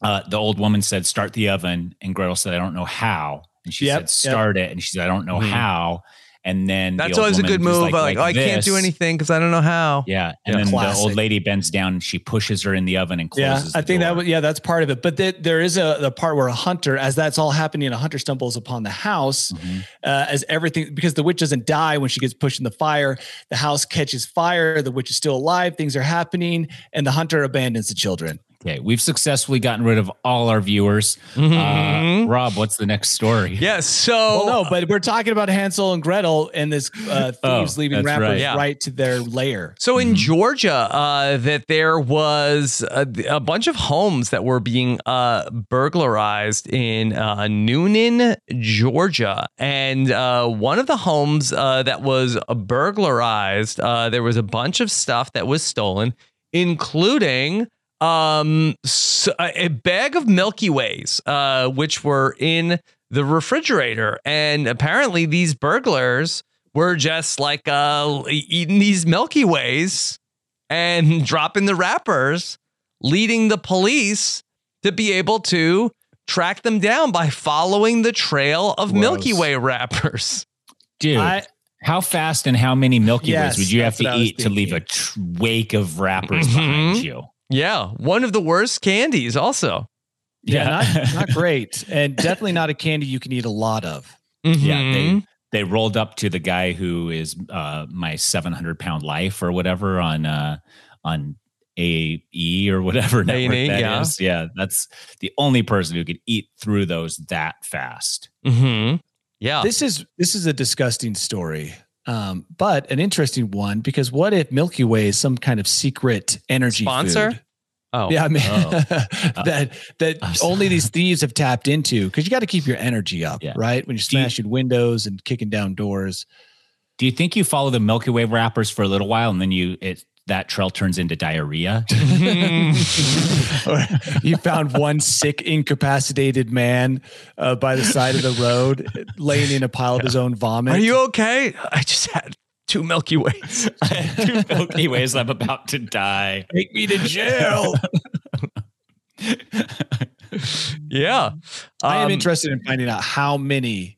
Speaker 5: uh, "The old woman said, start the oven," and Gretel said, "I don't know how." And she
Speaker 3: Yep,
Speaker 5: said, "Start it," and she said, "I don't know
Speaker 3: Mhm.
Speaker 5: how." And then the
Speaker 3: That's
Speaker 5: old
Speaker 3: always a
Speaker 5: woman
Speaker 3: good
Speaker 5: was
Speaker 3: move. Like, oh, I can't do
Speaker 5: this.
Speaker 3: anything because I don't know how.
Speaker 5: Yeah, and then the old lady bends down and she pushes her in the oven and
Speaker 6: Yeah,
Speaker 5: closes.
Speaker 6: I think that was yeah, that's part of it. But th- there is a the part where a hunter, as that's all happening, a hunter stumbles upon the house
Speaker 5: Mm-hmm.
Speaker 6: uh, as everything because the witch doesn't die when she gets pushed in the fire. The house catches fire. The witch is still alive. Things are happening, and the hunter abandons the children.
Speaker 5: Okay, we've successfully gotten rid of all our viewers. Uh,
Speaker 6: Mhm.
Speaker 5: Rob, what's the next story?
Speaker 3: Yes. So
Speaker 6: well, no, but we're talking about Hansel and Gretel and this uh,
Speaker 5: Oh,
Speaker 6: thieves leaving
Speaker 5: that's
Speaker 6: wrappers
Speaker 5: right.
Speaker 6: right.
Speaker 3: Yeah.
Speaker 6: to their lair.
Speaker 3: So in Georgia, uh, that there was a, a bunch of homes that were being uh, burglarized in uh, Noonan, Georgia, and uh, one of the homes uh, that was uh, burglarized, uh, there was a bunch of stuff that was stolen, including um, s- a a bag of Milky Ways, uh, which were in the refrigerator, and apparently these burglars we're just like uh, eating these Milky Ways and dropping the wrappers, leading the police to be able to track them down by following the trail of Milky Way wrappers.
Speaker 5: Dude,
Speaker 3: I-
Speaker 5: how fast and how many Milky
Speaker 3: Yes,
Speaker 5: Ways would you have
Speaker 3: that's what
Speaker 5: to
Speaker 3: I was
Speaker 5: eat to leave a tr- wake of wrappers behind you?
Speaker 3: Yeah, one of the worst candies, also.
Speaker 6: Yeah, not, not great, and definitely not a candy you can eat a lot of.
Speaker 5: Yeah,
Speaker 3: Mm-hmm.
Speaker 5: they they rolled up to the guy who is uh, my seven hundred pound life or whatever on uh, on A E or whatever network
Speaker 3: A&E,
Speaker 5: that
Speaker 3: yeah.
Speaker 5: is. Yeah, that's the only person who could eat through those that fast.
Speaker 3: Mm-hmm. Yeah.
Speaker 6: This is this is a disgusting story. Um, but an interesting one because what if Milky Way is some kind of secret energy
Speaker 3: Sponsor?
Speaker 6: food?
Speaker 3: Oh.
Speaker 6: yeah, I mean
Speaker 3: Oh.
Speaker 6: that that only these thieves have tapped into because you got to keep your energy up, right? When you're smashing windows and kicking down doors.
Speaker 5: Do you think you follow the Milky Way wrappers for a little while and then you it that trail turns into diarrhea?
Speaker 6: or you found one sick, incapacitated man uh, by the side of the road, laying in a pile of his own vomit.
Speaker 3: Are you okay? I just had two Milky Ways.
Speaker 5: two Milky Ways. I'm about to die.
Speaker 6: Take me to jail.
Speaker 3: yeah,
Speaker 6: I am
Speaker 3: Um,
Speaker 5: Um,
Speaker 6: interested in finding out how many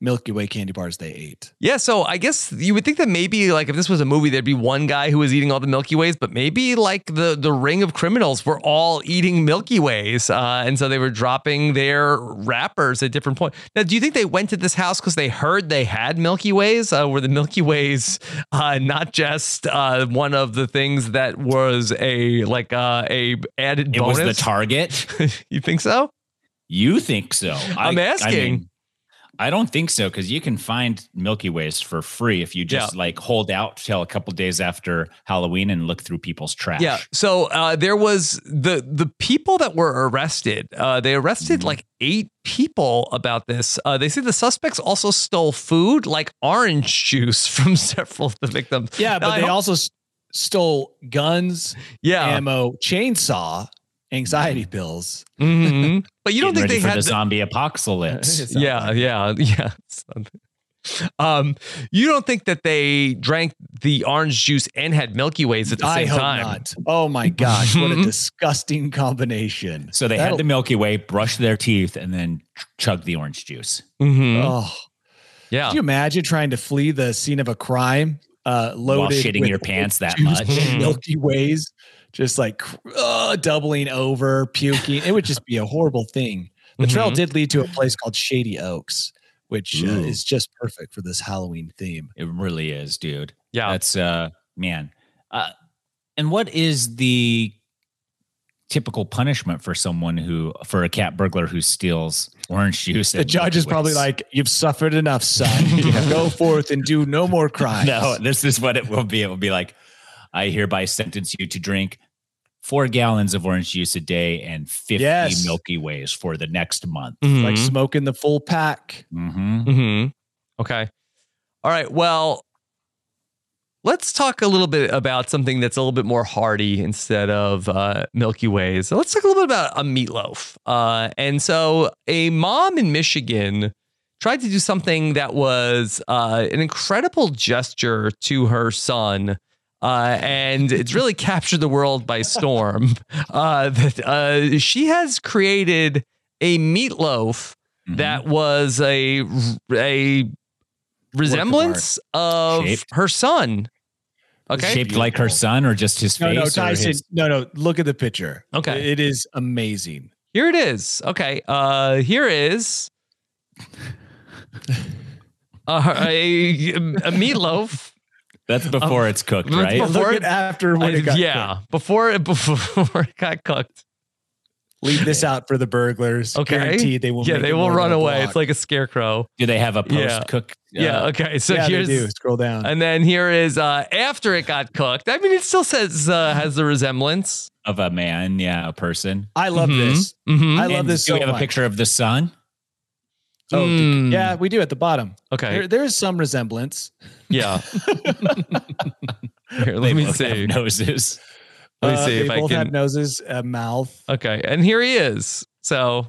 Speaker 6: Milky Way candy bars they ate.
Speaker 3: Yeah, so I guess you would think that maybe like if this was a movie, there'd be one guy who was eating all the Milky Ways, but maybe like the the ring of criminals were all eating Milky Ways, uh, and so they were dropping their wrappers at different points. Now, do you think they went to this house because they heard they had Milky Ways? Uh, were the Milky Ways uh, not just uh, one of the things that was a like uh, a added
Speaker 5: It was
Speaker 3: bonus?
Speaker 5: the target.
Speaker 3: you think so?
Speaker 5: You think so?
Speaker 3: I'm asking.
Speaker 5: mean, I don't think so because you can find Milky Ways for free if you just like hold out till a couple days after Halloween and look through people's trash.
Speaker 3: Yeah. So uh, there was the the people that were arrested. Uh, they arrested
Speaker 6: Mm-hmm.
Speaker 3: like eight people about this. Uh, they say the suspects also stole food, like orange juice, from several of the victims.
Speaker 6: Yeah, but
Speaker 3: Now, I
Speaker 6: they
Speaker 3: hope- Oh.
Speaker 6: also s- stole guns,
Speaker 3: yeah,
Speaker 6: ammo, chainsaw, anxiety pills.
Speaker 3: Mhm. But you don't
Speaker 5: Getting
Speaker 3: think
Speaker 5: ready
Speaker 3: they
Speaker 5: for
Speaker 3: had
Speaker 5: the
Speaker 3: the-
Speaker 5: zombie apocalypse.
Speaker 3: yeah, yeah, yeah. Um, you don't think that they drank the orange juice and had Milky Ways at the
Speaker 6: I
Speaker 3: same
Speaker 6: hope
Speaker 3: time?
Speaker 6: not. Oh my gosh, what a disgusting combination.
Speaker 5: So they
Speaker 6: That'll-
Speaker 5: had the Milky Way, brushed their teeth, and then ch- chugged the orange juice.
Speaker 6: Oh,
Speaker 3: Mm-hmm. Yeah.
Speaker 6: Could you imagine trying to flee the scene of a crime, uh, loaded
Speaker 5: shitting
Speaker 6: with
Speaker 5: your pants that
Speaker 3: Uh,
Speaker 6: orange juice
Speaker 5: much?
Speaker 3: mm-hmm.
Speaker 6: and Milky Ways, just like cr- uh, doubling over, puking. It would just be a horrible thing. The trail
Speaker 3: Mhm.
Speaker 6: did lead to a place called Shady Oaks, which uh,
Speaker 5: Ooh.
Speaker 6: is just perfect for this Halloween theme.
Speaker 5: It really is, dude.
Speaker 3: Yeah.
Speaker 5: That's uh man. Uh and what is the typical punishment for someone who for a cat burglar who steals orange juice?
Speaker 6: The judge is probably like, "You've suffered enough, son. Go forth and do no more crimes."
Speaker 5: No, this is what it will be. It will be like, I hereby sentence you to drink four gallons of orange juice a day and 50
Speaker 6: Yes.
Speaker 5: Milky Ways for the next month.
Speaker 6: It's
Speaker 3: Mm-hmm.
Speaker 6: like smoking the full pack.
Speaker 5: Mm-hmm.
Speaker 3: hmm Okay. All right. Well, let's talk a little bit about something that's a little bit more hearty instead of uh, Milky Ways. So let's talk a little bit about a meatloaf. Uh, and so, a mom in Michigan tried to do something that was uh, an incredible gesture to her son. Uh, and it's really captured the world by storm. Uh, that uh, she has created a meatloaf that was a a resemblance of
Speaker 5: Shaped.
Speaker 3: her son. Okay,
Speaker 5: Shaped like her son or just his
Speaker 6: No,
Speaker 5: face?
Speaker 6: no,
Speaker 5: or
Speaker 6: Tyson.
Speaker 5: his-
Speaker 6: No, no. Look at the picture.
Speaker 3: Okay.
Speaker 6: it is amazing.
Speaker 3: Here it is. Okay, uh, here is uh, a, a meatloaf.
Speaker 5: That's before it's cooked, right?
Speaker 3: Um, Before
Speaker 6: Look
Speaker 3: it-
Speaker 6: at after when it got
Speaker 3: yeah, before it before it got cooked.
Speaker 6: Leave this out for the burglars.
Speaker 3: Okay,
Speaker 6: Guaranteed they will.
Speaker 3: Yeah,
Speaker 6: make
Speaker 3: they
Speaker 6: it
Speaker 3: will
Speaker 6: more
Speaker 3: run
Speaker 6: than a
Speaker 3: away.
Speaker 6: block.
Speaker 3: It's like a scarecrow.
Speaker 5: Do they have a uh,
Speaker 3: Yeah.
Speaker 5: post cooked?
Speaker 3: yeah. Okay. So
Speaker 6: yeah, they
Speaker 3: here's
Speaker 6: do. Scroll down.
Speaker 3: And then here is uh, after it got cooked. I mean, it still says uh, has the resemblance.
Speaker 5: Of a man, yeah, a person.
Speaker 6: I love
Speaker 3: Mhm.
Speaker 6: this.
Speaker 3: Mhm.
Speaker 6: I love
Speaker 5: And
Speaker 6: this
Speaker 5: Do
Speaker 6: so
Speaker 5: we have
Speaker 6: much.
Speaker 5: a picture of the son?
Speaker 6: Oh,
Speaker 3: Mm.
Speaker 6: yeah, we do at the bottom.
Speaker 3: Okay.
Speaker 6: There, there is some resemblance.
Speaker 3: yeah. Here, let
Speaker 5: They
Speaker 3: me
Speaker 5: both have
Speaker 3: see.
Speaker 5: Noses.
Speaker 3: Let me see
Speaker 6: Uh, they
Speaker 3: if I
Speaker 6: both have
Speaker 3: can.
Speaker 6: noses, a mouth.
Speaker 3: Okay, and here he is. So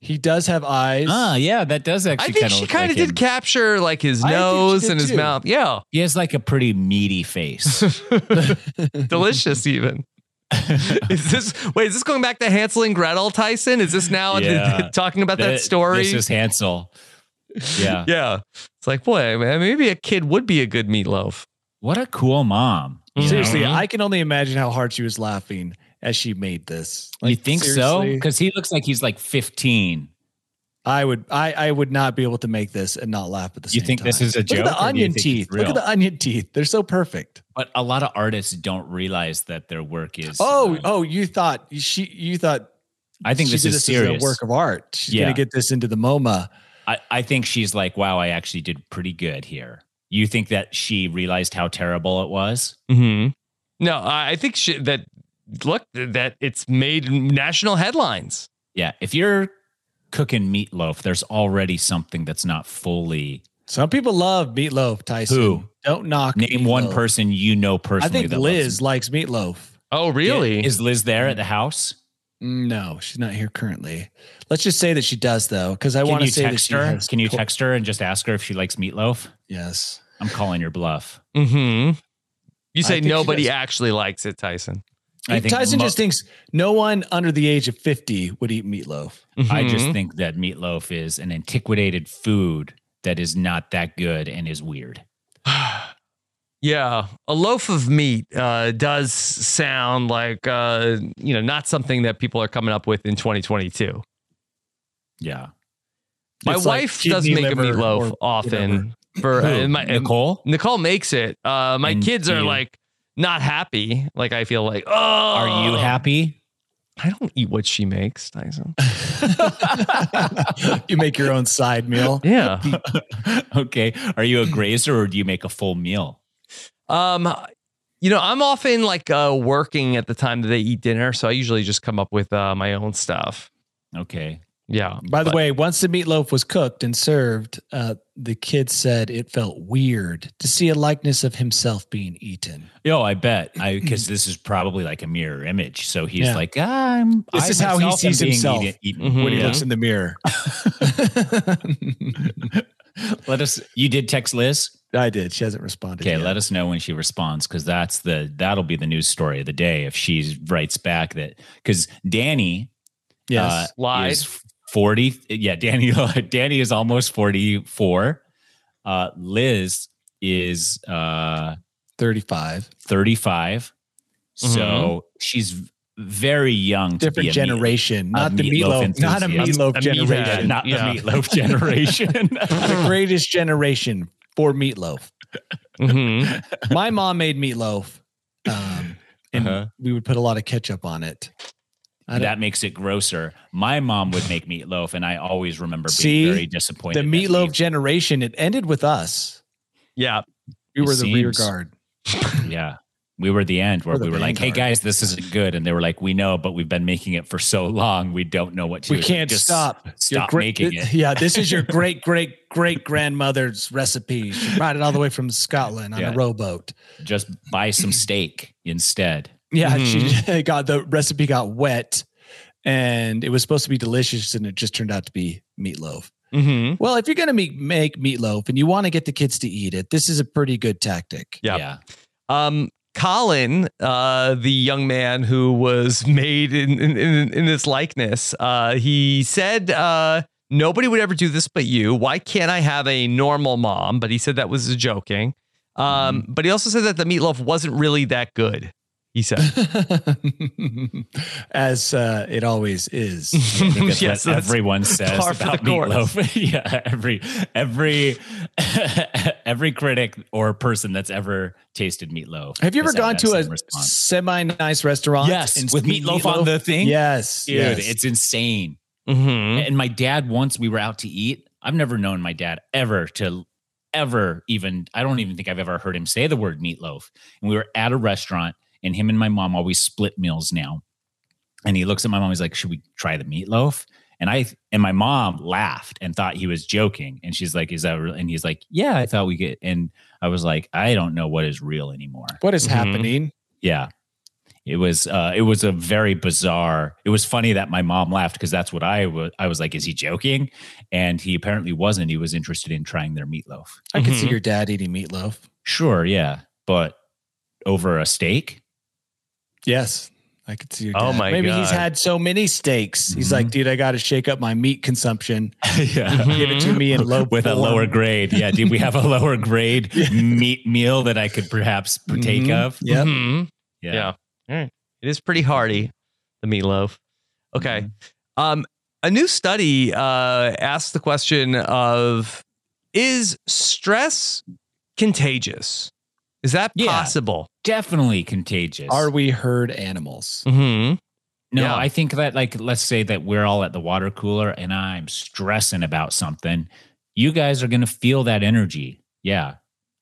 Speaker 6: He does have eyes.
Speaker 5: Ah, yeah, that does actually.
Speaker 3: I think
Speaker 5: kinda
Speaker 3: she
Speaker 5: look
Speaker 3: kind
Speaker 5: like
Speaker 3: of did
Speaker 5: him.
Speaker 3: capture like his
Speaker 6: I think she
Speaker 3: nose
Speaker 6: did
Speaker 3: and his
Speaker 6: too.
Speaker 3: mouth. Yeah,
Speaker 5: He has like a pretty meaty face.
Speaker 3: delicious even. is this wait? Is this going back to Hansel and Gretel, Tyson? Is this now the-
Speaker 5: Yeah.
Speaker 3: talking about that, story?
Speaker 5: This is Hansel.
Speaker 6: uh,
Speaker 5: Yeah.
Speaker 3: yeah, it's like boy, man, maybe a kid would be a good meatloaf.
Speaker 5: What a cool mom. you know?
Speaker 6: Seriously, I can only imagine how hard she was laughing as she made this.
Speaker 5: you think so?
Speaker 6: seriously,
Speaker 5: Because he looks like he's like 15.
Speaker 6: I would. I, I would not be able to make this and not laugh at the
Speaker 5: You
Speaker 6: same
Speaker 5: think
Speaker 6: time.
Speaker 5: this is a
Speaker 6: Look at
Speaker 5: joke, or
Speaker 6: the
Speaker 5: do you
Speaker 6: onion
Speaker 5: think it's
Speaker 6: teeth. Look
Speaker 5: real?
Speaker 6: at the onion teeth. They're so perfect.
Speaker 5: But a lot of artists don't realize that their work is.
Speaker 6: Oh,
Speaker 5: uh,
Speaker 6: oh, you thought she? You thought
Speaker 5: I think
Speaker 6: she
Speaker 5: this
Speaker 6: did
Speaker 5: is serious.
Speaker 6: As a work of art. She's
Speaker 5: Yeah.
Speaker 6: gonna get this into the MoMA.
Speaker 5: I, I think she's like, wow, I actually did pretty good here. You think that she realized how terrible it was?
Speaker 3: hmm No, I I think she, that look that it's made national headlines.
Speaker 5: Yeah. If you're cooking meatloaf, there's already something that's not fully.
Speaker 6: Some people love meatloaf. Tyson.
Speaker 5: Who?
Speaker 6: Don't knock.
Speaker 5: Name one
Speaker 6: meatloaf.
Speaker 5: person you know
Speaker 6: I
Speaker 5: personally.
Speaker 6: think
Speaker 5: that loves
Speaker 6: Liz Mm. likes meatloaf.
Speaker 3: Oh, really?
Speaker 5: Is Liz there at the house?
Speaker 6: No, she's not here currently. Let's just say that she does though, because I
Speaker 5: Can
Speaker 6: want
Speaker 5: you
Speaker 6: to say that
Speaker 5: text
Speaker 6: she
Speaker 5: her?
Speaker 6: has
Speaker 5: Can you
Speaker 6: co-
Speaker 5: text her and just ask her if she likes meatloaf?
Speaker 6: Yes.
Speaker 5: I'm calling your bluff.
Speaker 3: hmm You
Speaker 6: I
Speaker 3: say
Speaker 6: think she
Speaker 3: nobody
Speaker 6: does.
Speaker 3: actually likes it, Tyson.
Speaker 5: I think
Speaker 6: Tyson
Speaker 5: mo-
Speaker 6: just thinks no one under the age of fifty would eat meatloaf.
Speaker 5: I
Speaker 3: Mhm.
Speaker 5: just think that meatloaf is an antiquated food that is not that good and is weird.
Speaker 3: Yeah, a loaf of meat uh, does sound like uh, you know not something that people are coming up with in 2022.
Speaker 5: Yeah,
Speaker 3: my
Speaker 5: It's like
Speaker 3: wife
Speaker 5: kidney
Speaker 3: does make a
Speaker 5: liver
Speaker 3: meatloaf
Speaker 5: or
Speaker 3: often. For
Speaker 5: whatever. Who?
Speaker 3: uh, my,
Speaker 5: Nicole?
Speaker 3: Nicole makes it. Uh, my
Speaker 5: And
Speaker 3: kids are
Speaker 5: you-
Speaker 3: like not happy. Like I feel like oh, are
Speaker 5: you happy?
Speaker 3: I don't eat what she makes, Tyson.
Speaker 6: you make your own side meal.
Speaker 3: Yeah.
Speaker 5: okay. Are you a grazer or do you make a full meal?
Speaker 3: Um, you know, I'm often like uh, working at the time that they eat dinner, so I usually just come up with uh, my own stuff.
Speaker 5: Okay.
Speaker 3: Yeah.
Speaker 6: By the
Speaker 3: but-
Speaker 6: way, once the meatloaf was cooked and served, uh, the kid said it felt weird to see a likeness of himself being eaten.
Speaker 5: Yo, I bet. I because this is probably like a mirror image. So he's
Speaker 6: Yeah.
Speaker 5: like, ah, I'm.
Speaker 6: This
Speaker 5: I
Speaker 6: is how he
Speaker 5: myself am
Speaker 6: sees
Speaker 5: being
Speaker 6: himself
Speaker 5: eaten- eaten."
Speaker 6: when he
Speaker 5: Yeah.
Speaker 6: looks in the mirror.
Speaker 5: Let us. You did text Liz.
Speaker 6: I did. She hasn't responded.
Speaker 5: Okay, let us know when she responds because that's the that'll be the news story of the day if she writes back that because Danny, uh,
Speaker 6: Yes,
Speaker 3: lied.
Speaker 5: is forty. Yeah, Danny, Danny is almost forty four. Uh, Liz is uh
Speaker 6: 35.
Speaker 5: 35. So she's v- very young. to
Speaker 6: Different
Speaker 5: be a meat-
Speaker 6: generation,
Speaker 5: a
Speaker 6: not the meatloaf, not a
Speaker 5: enthusiast.
Speaker 6: meatloaf
Speaker 5: meathead,
Speaker 6: generation,
Speaker 5: Not the meatloaf generation.
Speaker 6: the greatest generation for meatloaf.
Speaker 5: Mm-hmm.
Speaker 6: My mom made meatloaf, um, and we would put a lot of ketchup on it. I don't-
Speaker 5: that makes it grosser. My mom would make meatloaf, and I always remember being
Speaker 6: See?
Speaker 5: very disappointed.
Speaker 6: the
Speaker 5: that
Speaker 6: meatloaf generation. It ended with us.
Speaker 3: Yeah.
Speaker 6: We
Speaker 5: It
Speaker 6: were the rear
Speaker 5: seems-
Speaker 6: guard.
Speaker 5: Yeah. We were the end where
Speaker 6: We're the
Speaker 5: we were like, hey
Speaker 6: vanguard.
Speaker 5: guys, this isn't good. And they were like, we know, but we've been making it for so long. We don't know what to
Speaker 6: We
Speaker 5: do. Like,
Speaker 6: can't
Speaker 5: just
Speaker 6: stop. Your
Speaker 5: Stop
Speaker 6: great-
Speaker 5: making it.
Speaker 6: Yeah, this is your great, great, great grandmother's recipe. She brought it all the way from Scotland on
Speaker 5: Yeah.
Speaker 6: a rowboat.
Speaker 5: Just buy some steak instead.
Speaker 6: Yeah,
Speaker 5: Mm-hmm.
Speaker 6: she got the recipe got wet, and it was supposed to be delicious, and it just turned out to be meatloaf.
Speaker 3: Mm-hmm.
Speaker 6: Well, if you're gonna make, make meatloaf and you want to get the kids to eat it, this is a pretty good tactic.
Speaker 3: Yeah.
Speaker 5: Yeah.
Speaker 3: Um, Colin, uh, the young man who was made in in, in, in this likeness, uh, he said uh, nobody would ever do this but you. Why can't I have a normal mom? But he said that was joking. Um,
Speaker 5: Mm-hmm.
Speaker 3: But he also said that the meatloaf wasn't really that good. He said,
Speaker 6: As uh, it always is.
Speaker 5: I think that's
Speaker 3: Yes,
Speaker 5: what
Speaker 3: that's
Speaker 5: everyone says
Speaker 3: par for the
Speaker 5: about
Speaker 3: course.
Speaker 5: meatloaf. yeah, every every every critic or person that's ever tasted meatloaf.
Speaker 6: Have you ever
Speaker 5: has had
Speaker 6: gone
Speaker 5: that
Speaker 6: to a
Speaker 5: same response.
Speaker 6: semi nice restaurant?
Speaker 5: Yes,
Speaker 6: and
Speaker 5: with
Speaker 6: see
Speaker 5: meatloaf, on the thing.
Speaker 6: Yes,
Speaker 5: dude,
Speaker 6: yes.
Speaker 5: it's insane.
Speaker 3: Mm-hmm.
Speaker 5: And my dad once we were out to eat. I've never known my dad ever to ever even. I don't even think I've ever heard him say the word meatloaf. And we were at a restaurant, and him and my mom always split meals now. And he looks at my mom. He's like, "Should we try the meatloaf?" And I and my mom laughed and thought he was joking. And she's like, "Is that real?" And he's like, "Yeah, I thought we get." And I was like, "I don't know what is real anymore."
Speaker 6: what is happening?
Speaker 5: Yeah. It was uh it was a very bizarre. It was funny that my mom laughed because that's what I was I was like, is he joking? And he apparently wasn't. He was interested in trying their meatloaf.
Speaker 6: I could
Speaker 5: Mm-hmm.
Speaker 6: see your dad eating meatloaf.
Speaker 5: Sure, yeah. But over a steak?
Speaker 6: Yes. I could see your dad.
Speaker 3: Oh my
Speaker 6: Maybe he's
Speaker 3: God.
Speaker 6: had so many steaks. He's
Speaker 5: Mm-hmm.
Speaker 6: like, dude, I got to shake up my meat consumption.
Speaker 5: yeah.
Speaker 3: Mm-hmm.
Speaker 6: Give it to me in low
Speaker 5: With a
Speaker 6: form.
Speaker 5: lower grade. Yeah. Did we have a lower grade meat meal that I could perhaps partake
Speaker 3: Mhm.
Speaker 5: of?
Speaker 6: Yep.
Speaker 3: Mhm.
Speaker 5: Yeah.
Speaker 3: Yeah. All right. It is pretty hearty, the meatloaf. Okay. Um, a new study uh, asked the question of is stress contagious? Is that
Speaker 5: Yeah.
Speaker 3: possible?
Speaker 5: Definitely contagious.
Speaker 6: Are we herd animals?
Speaker 3: Mm-hmm.
Speaker 5: No,
Speaker 3: Yeah.
Speaker 5: I think that like let's say that we're all at the water cooler and I'm stressing about something. You guys are gonna feel that energy. Yeah.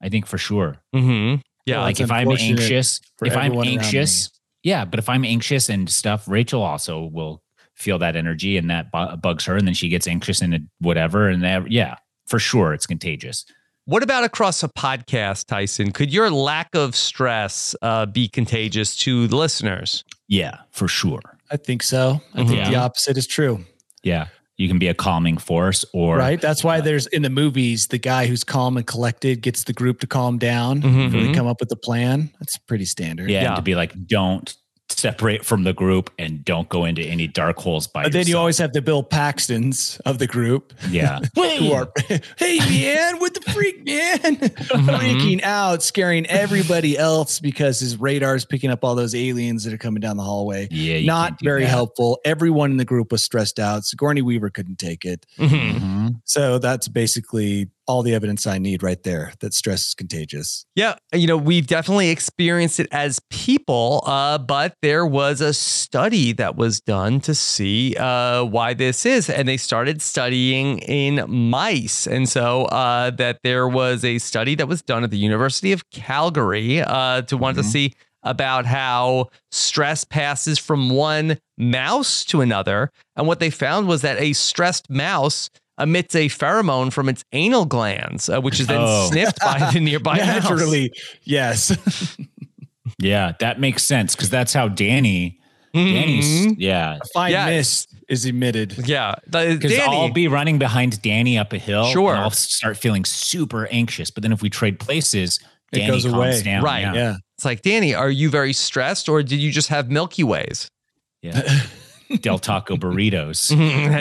Speaker 5: I think for sure.
Speaker 3: Mm-hmm. Yeah.
Speaker 6: Well,
Speaker 5: like
Speaker 6: it's
Speaker 5: if I'm
Speaker 6: unfortunate
Speaker 5: anxious,
Speaker 6: for
Speaker 5: if I'm
Speaker 6: everyone around
Speaker 5: anxious, yeah, but if I'm anxious and stuff, Rachel also will feel that energy and that bu- bugs her and then she gets anxious and it- whatever and that yeah, for sure it's contagious.
Speaker 3: What about across a podcast, Tyson? Could your lack of stress uh, be contagious to the listeners? Mm-hmm.
Speaker 5: Yeah, for sure.
Speaker 6: I think so. I think
Speaker 5: Mhm.
Speaker 6: the opposite is true.
Speaker 5: Yeah. You can be a calming force or
Speaker 6: right. That's why there's in the movies, the guy who's calm and collected gets the group to calm down.
Speaker 3: Mhm.
Speaker 5: Mm-hmm.
Speaker 6: Really come up with a plan. That's pretty standard.
Speaker 5: yeah, and
Speaker 3: Yeah.
Speaker 5: to be like don't separate from the group and don't go into any dark holes by
Speaker 6: But then you
Speaker 5: yourself.
Speaker 6: always have the Bill Paxtons of the group.
Speaker 5: yeah.
Speaker 6: who are, hey man, what the freak, man?
Speaker 5: Mm-hmm.
Speaker 6: Freaking out, scaring everybody else because his radar is picking up all those aliens that are coming down the hallway.
Speaker 5: Yeah, you
Speaker 6: not
Speaker 5: can't do
Speaker 6: very
Speaker 5: that.
Speaker 6: helpful. Everyone in the group was stressed out. Sigourney Weaver couldn't take it.
Speaker 3: Mm-hmm.
Speaker 6: So that's basically all the evidence I need right there that stress is contagious.
Speaker 3: Yeah, you know, we've definitely experienced it as people, uh, but there was a study that was done to see uh, why this is. And they started studying in mice. And so uh, that there was a study that was done at the University of Calgary uh, to want to see about how stress passes from one mouse to another. And what they found was that a stressed mouse emits a pheromone from its anal glands, uh, which is then
Speaker 5: Oh.
Speaker 3: sniffed by the nearby mouse.
Speaker 6: Naturally, yes.
Speaker 5: Yeah, that makes sense because that's how Danny.
Speaker 6: Mm-hmm.
Speaker 5: Danny's yeah.
Speaker 6: Fine mist is emitted.
Speaker 3: Mm-hmm. Yeah,
Speaker 5: Because I'll be running behind Danny up a hill. and
Speaker 3: Sure.
Speaker 5: I'll start feeling super anxious. But then if we trade places, Danny calms down.
Speaker 3: Right.
Speaker 5: Yeah.
Speaker 3: It's like, Danny, are you very stressed or did you just have Milky Ways?
Speaker 5: Yeah. Del Taco burritos.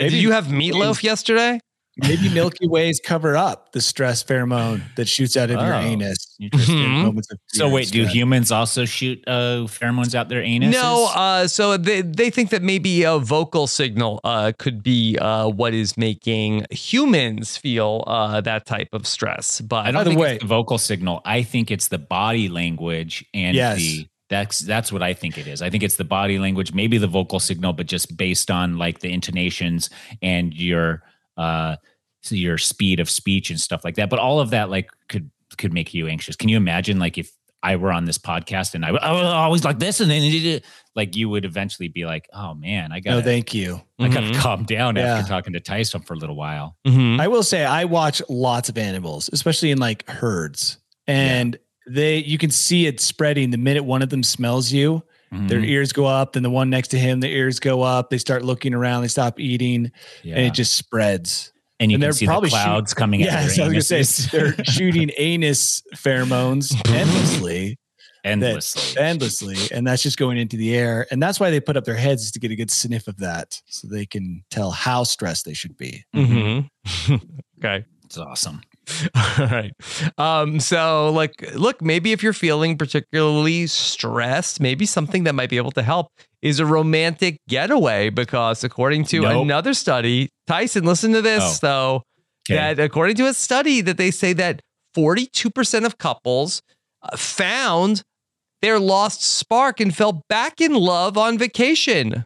Speaker 3: did you have meatloaf yesterday?
Speaker 6: Maybe Milky Ways cover up the stress pheromone that shoots out of your
Speaker 5: Oh,
Speaker 6: anus.
Speaker 5: interesting.
Speaker 3: Mm-hmm.
Speaker 6: in moments of
Speaker 5: Mm-hmm. So
Speaker 6: fear
Speaker 5: wait,
Speaker 6: and
Speaker 5: do
Speaker 6: stress.
Speaker 5: humans also shoot uh, pheromones out their anus?
Speaker 3: No, uh, so they, they think that maybe a vocal signal uh, could be uh, what is making humans feel uh, that type of stress. But
Speaker 5: I don't think it's the vocal signal. I think it's the body language and
Speaker 3: Yes.
Speaker 5: the that's that's what I think it is. I think it's the body language, maybe the vocal signal, but just based on like the intonations and your uh so your speed of speech and stuff like that. But all of that like could could make you anxious. Can you imagine like if I were on this podcast and I, I was always like this and then like you would eventually be like, oh man, I got
Speaker 6: No, thank you.
Speaker 5: I gotta
Speaker 6: Mhm.
Speaker 5: calm down
Speaker 6: Yeah.
Speaker 5: after talking to Tyson for a little while.
Speaker 3: Mm-hmm.
Speaker 6: I will say I watch lots of animals, especially in like herds. And they you can see it spreading the minute one of them smells you. Their
Speaker 5: Mhm.
Speaker 6: ears go up, then the one next to him, their ears go up. They start looking around, they stop eating, and
Speaker 5: Yeah.
Speaker 6: it just spreads.
Speaker 5: And you can see the clouds coming out
Speaker 6: Yeah,
Speaker 5: of
Speaker 6: so I
Speaker 5: their
Speaker 6: was gonna say
Speaker 5: anuses.
Speaker 6: they're shooting anus pheromones endlessly.
Speaker 5: Endlessly.
Speaker 6: That, endlessly. And that's just going into the air. And that's why they put up their heads is to get a good sniff of that so they can tell how stressed they should be.
Speaker 3: Mm-hmm. okay.
Speaker 5: It's awesome.
Speaker 3: All right. Um, so, like, look, maybe if you're feeling particularly stressed, maybe something that might be able to help is a romantic getaway. Because according to
Speaker 5: Nope.
Speaker 3: another study, Tyson, listen to this
Speaker 5: Oh.
Speaker 3: though,
Speaker 5: Okay.
Speaker 3: that according to a study that they say that 42% of couples uh, found their lost spark and fell back in love on vacation.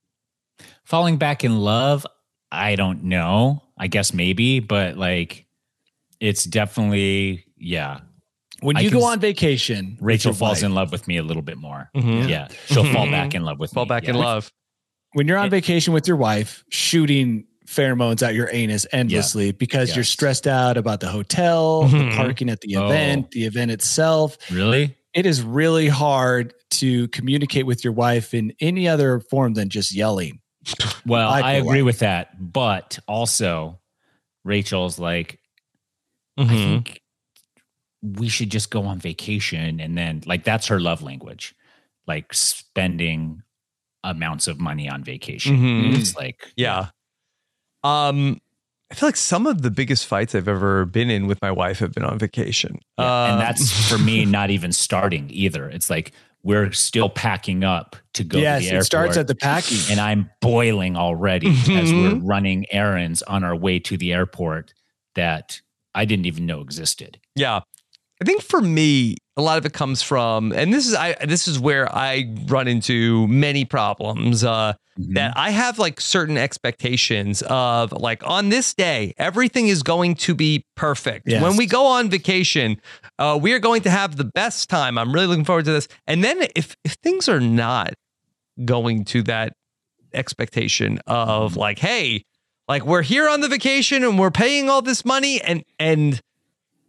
Speaker 5: falling back in love i don't know i guess maybe but like it's definitely yeah
Speaker 6: When
Speaker 5: I
Speaker 6: you
Speaker 5: can
Speaker 6: go
Speaker 5: s-
Speaker 6: on vacation,
Speaker 5: rachel
Speaker 6: with your
Speaker 5: falls
Speaker 6: wife,
Speaker 5: in love with me a little bit more
Speaker 3: Mhm.
Speaker 5: Mm-hmm. yeah she'll fall
Speaker 3: Mhm.
Speaker 5: back in love with
Speaker 3: Fall
Speaker 5: me
Speaker 3: back in
Speaker 5: Yeah.
Speaker 3: love.
Speaker 6: When you're on vacation with your wife, shooting pheromones out your anus endlessly because you're
Speaker 5: Yes.
Speaker 6: stressed out about the hotel, the
Speaker 5: Mhm.
Speaker 6: parking at the
Speaker 5: Oh.
Speaker 6: event, the event itself.
Speaker 5: really
Speaker 6: It is really hard to communicate with your wife in any other form than just yelling.
Speaker 5: well
Speaker 6: I
Speaker 5: i,
Speaker 6: feel
Speaker 5: agree
Speaker 6: like-
Speaker 5: with that but also rachel's like
Speaker 3: Mm-hmm.
Speaker 5: i
Speaker 6: Mm-hmm.
Speaker 5: think we should just go on vacation and then like that's her love language like spending amounts of money on vacation
Speaker 6: Mm-hmm.
Speaker 3: Mhm.
Speaker 5: it's like
Speaker 3: Yeah. Um, I feel like some of the biggest fights I've ever been in with my wife have been on vacation.
Speaker 6: Uh,
Speaker 5: Yeah,
Speaker 3: Um,
Speaker 5: and that's for me not even starting either. It's like we're still packing up to go.
Speaker 6: Yes,
Speaker 5: to the
Speaker 6: it starts
Speaker 5: airport,
Speaker 6: at the Mm-hmm. packing.
Speaker 5: and I'm boiling already as we're
Speaker 3: Mhm.
Speaker 5: running errands on our way to the airport that I didn't even know existed.
Speaker 3: Yeah. I think for me, a lot of it comes from, and this is I this is where I run into many problems. Uh that I have like certain expectations of like on this day, everything is going to be perfect.
Speaker 5: Yes.
Speaker 3: When we go on vacation, uh, we are going to have the best time. I'm really looking forward to this. And then if if things are not going to that expectation of like, hey, like we're here on the vacation and we're paying all this money and and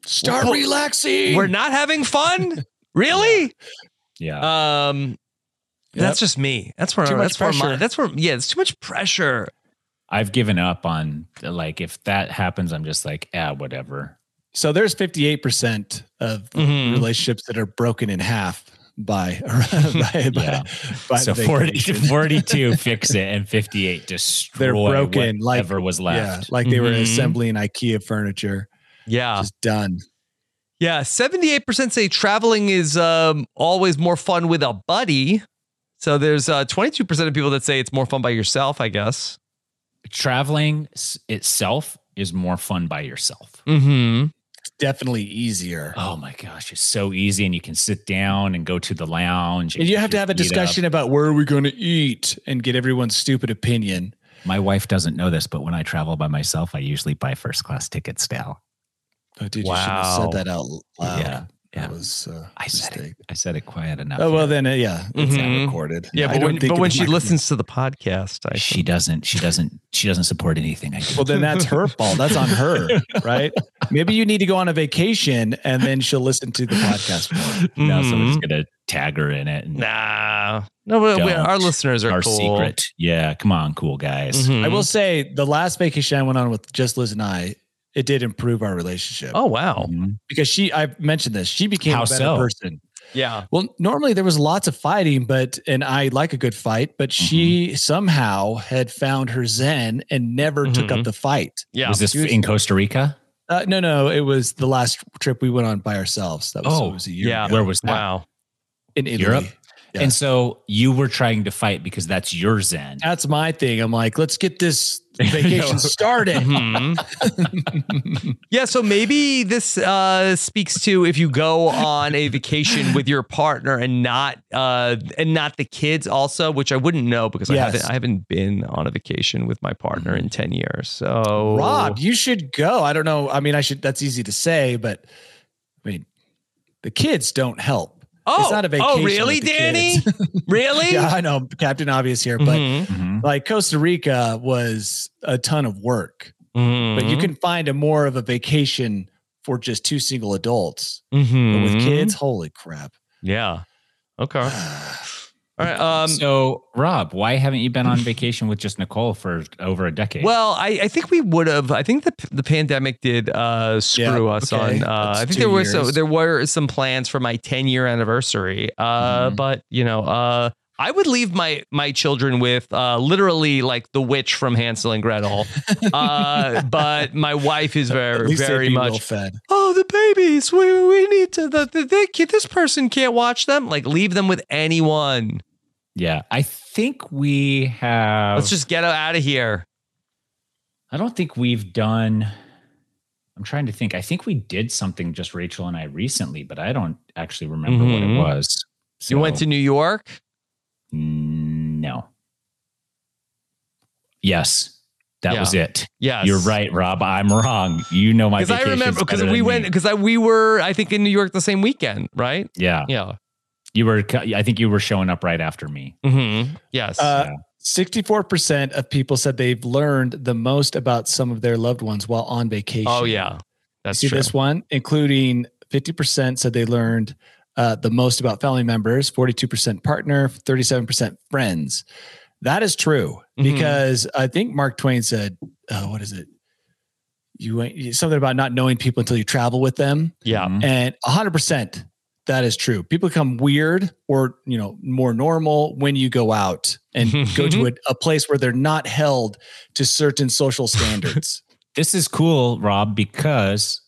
Speaker 6: Start
Speaker 3: Well,
Speaker 6: relaxing.
Speaker 3: we're not having fun. Really?
Speaker 5: Yeah.
Speaker 3: Um, that's just me. That's where.
Speaker 6: Too much
Speaker 3: that's where.
Speaker 6: pressure.
Speaker 3: My, that's where. Yeah, it's too much pressure.
Speaker 5: I've given up on like if that happens, I'm just like, ah, whatever. Hmm.
Speaker 9: Mm-hmm.
Speaker 6: So there's 58% of relationships that are broken in half by, by,
Speaker 5: Yeah.
Speaker 6: by
Speaker 5: so 40,
Speaker 6: vacation.
Speaker 5: 42 fix it and 58 destroy
Speaker 6: They're broken. like-
Speaker 5: whatever was
Speaker 6: Yeah,
Speaker 5: left.
Speaker 6: like they were
Speaker 5: Mhm.
Speaker 6: assembling IKEA furniture.
Speaker 3: Yeah.
Speaker 6: Just done.
Speaker 3: Yeah, 78% say traveling is um, always more fun with a buddy. So there's uh, 22% of people that say it's more fun by yourself, I guess.
Speaker 5: Traveling s- itself is more fun by yourself.
Speaker 3: Mm-hmm.
Speaker 6: It's definitely easier.
Speaker 5: Oh my gosh, it's so easy and you can sit down and go to the lounge.
Speaker 6: And you have to have a
Speaker 5: eat up.
Speaker 6: discussion about where are we going to eat and get everyone's stupid opinion.
Speaker 5: My wife doesn't know this, but when I travel by myself, I usually buy first class tickets now.
Speaker 6: Oh, dude, you should have
Speaker 5: Wow.
Speaker 6: said that out loud.
Speaker 5: Yeah.
Speaker 6: That was uh,
Speaker 5: I said it. I said it quiet enough.
Speaker 6: Oh well, then uh, yeah, it's
Speaker 3: Mhm.
Speaker 6: not recorded.
Speaker 3: Yeah,
Speaker 6: I
Speaker 3: but
Speaker 6: don't
Speaker 3: when,
Speaker 6: think
Speaker 3: but
Speaker 6: it
Speaker 3: when
Speaker 6: was
Speaker 3: she
Speaker 6: my-
Speaker 3: listens to the podcast, I
Speaker 5: She doesn't. She doesn't. She doesn't support anything I do.
Speaker 6: well, then that's her fault. That's on her, right? Maybe you need to go on a vacation and then she'll listen to the podcast. More.
Speaker 5: No, someone's gonna tag her in it. And
Speaker 3: nah, no, we, we, our
Speaker 5: Don't.
Speaker 3: listeners are
Speaker 5: our
Speaker 3: cool.
Speaker 5: secret. Yeah, come on, cool guys.
Speaker 3: Mhm.
Speaker 6: I will say the last vacation I went on with just Liz and I, it did improve our relationship
Speaker 3: Oh
Speaker 6: Mm-hmm.
Speaker 3: wow,
Speaker 6: because she. I've mentioned this. She became
Speaker 5: How
Speaker 6: a better
Speaker 5: so?
Speaker 6: person.
Speaker 3: yeah,
Speaker 6: Well, normally there was lots of fighting, but and I like a good fight, but
Speaker 3: Mm-hmm.
Speaker 6: she somehow had found her zen and never took up
Speaker 3: Mhm.
Speaker 6: the fight.
Speaker 3: yeah.
Speaker 5: Was this
Speaker 6: She was-
Speaker 5: in Costa Rica?
Speaker 6: Uh, no, no, it was the last trip we went on by ourselves. That was, it
Speaker 5: Oh,
Speaker 6: was a year
Speaker 3: yeah.
Speaker 6: ago.
Speaker 5: Where was that?
Speaker 3: wow,
Speaker 6: in Italy.
Speaker 5: Europe?
Speaker 6: Yeah.
Speaker 5: And so you were trying to fight because that's your zen.
Speaker 6: That's my thing. I'm like, let's get this vacation
Speaker 3: No. Mm-hmm.
Speaker 6: started.
Speaker 3: Hmm. yeah. So maybe this uh, speaks to if you go on a vacation with your partner and not uh, and not the kids also, which I wouldn't know because I
Speaker 6: Yes.
Speaker 3: haven't I haven't been on a vacation with my partner in ten years. So
Speaker 6: Rob, you should go. I don't know. I mean, I should. That's easy to say, but I mean, the kids don't help.
Speaker 3: Oh,
Speaker 6: it's not a vacation.
Speaker 3: oh, really,
Speaker 6: with the
Speaker 3: Danny?
Speaker 6: kids.
Speaker 3: really?
Speaker 6: yeah, I know, Captain Obvious here, but
Speaker 3: Mhm.
Speaker 5: Mhm.
Speaker 6: like Costa Rica was a ton of work, but you
Speaker 3: Mhm.
Speaker 6: can find a more of a vacation for just two single adults. But
Speaker 3: Mhm.
Speaker 6: with kids, holy crap!
Speaker 3: Yeah. Okay. All right. Um,
Speaker 5: so, Rob, why haven't you been on vacation with just Nicole for over a decade?
Speaker 3: well, I, I think we would have. I think the the pandemic did uh, screw
Speaker 6: Yeah,
Speaker 3: us
Speaker 6: okay.
Speaker 3: on. Uh,
Speaker 6: That's
Speaker 3: I think
Speaker 6: two
Speaker 3: there were so
Speaker 6: years.
Speaker 3: there were some plans for my ten year anniversary. Uh,
Speaker 6: Mm-hmm.
Speaker 3: But you know, uh, I would leave my my children with uh, literally like the witch from Hansel and Gretel. uh, but my wife is
Speaker 6: At
Speaker 3: very
Speaker 6: least they'd
Speaker 3: very
Speaker 6: be
Speaker 3: much
Speaker 6: well fed.
Speaker 3: oh the babies we we need to the, the, they can't- this person can't watch them like leave them with anyone
Speaker 5: yeah, I think we have.
Speaker 6: Oh.
Speaker 3: let's just get out of here
Speaker 5: I don't think we've done. I'm trying to think. I think we did something just Rachel and I recently, but I don't actually remember
Speaker 3: Mhm.
Speaker 5: what it was.
Speaker 3: you went to
Speaker 5: So,
Speaker 3: new york
Speaker 5: mm, no. Yes, that
Speaker 3: Yeah.
Speaker 5: was it.
Speaker 3: yes
Speaker 5: You're right, Rob. I'm wrong. You know my
Speaker 3: because i remember because we went
Speaker 5: went.
Speaker 3: because we were i think in new york the same weekend right
Speaker 5: Yeah,
Speaker 3: yeah
Speaker 5: you were. I think you were showing up right after me.
Speaker 3: mm-hmm. yes
Speaker 6: Uh, 64% of people said they've learned the most about some of their loved ones while on vacation.
Speaker 3: oh yeah that's
Speaker 6: See
Speaker 3: true
Speaker 6: this one, including 50% said they learned uh, the most about family members, 42% partner, 37% friends. That is true
Speaker 3: Mhm.
Speaker 6: because I think Mark Twain said, uh, what is it? You ain't- something about not knowing people until you travel with them.
Speaker 3: yeah
Speaker 5: Mhm.
Speaker 6: And 100% that is true. People become weird or, you know, more normal when you go out and go to a, a place where they're not held to certain social standards.
Speaker 5: This is cool, Rob, because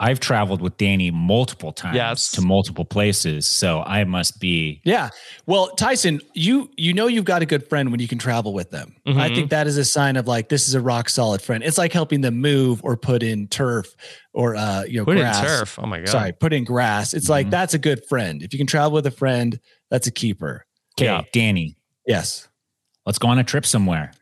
Speaker 5: I've traveled with Danny multiple times
Speaker 3: Yes.
Speaker 5: to multiple places, so I must be.
Speaker 6: yeah. Well, Tyson, you you know you've got a good friend when you can travel with them. I
Speaker 3: Mhm.
Speaker 6: think that is a sign of like this is a rock solid friend. It's like helping them move or put in turf or uh, you know,
Speaker 3: put
Speaker 6: grass.
Speaker 3: in turf Mm-hmm. oh my god
Speaker 6: Sorry, put in grass. It's like
Speaker 5: Mhm.
Speaker 6: that's a good friend. If you can travel with a friend, that's a keeper.
Speaker 5: Okay,
Speaker 3: Yeah.
Speaker 5: Danny,
Speaker 6: Yes.
Speaker 5: let's go on a trip somewhere,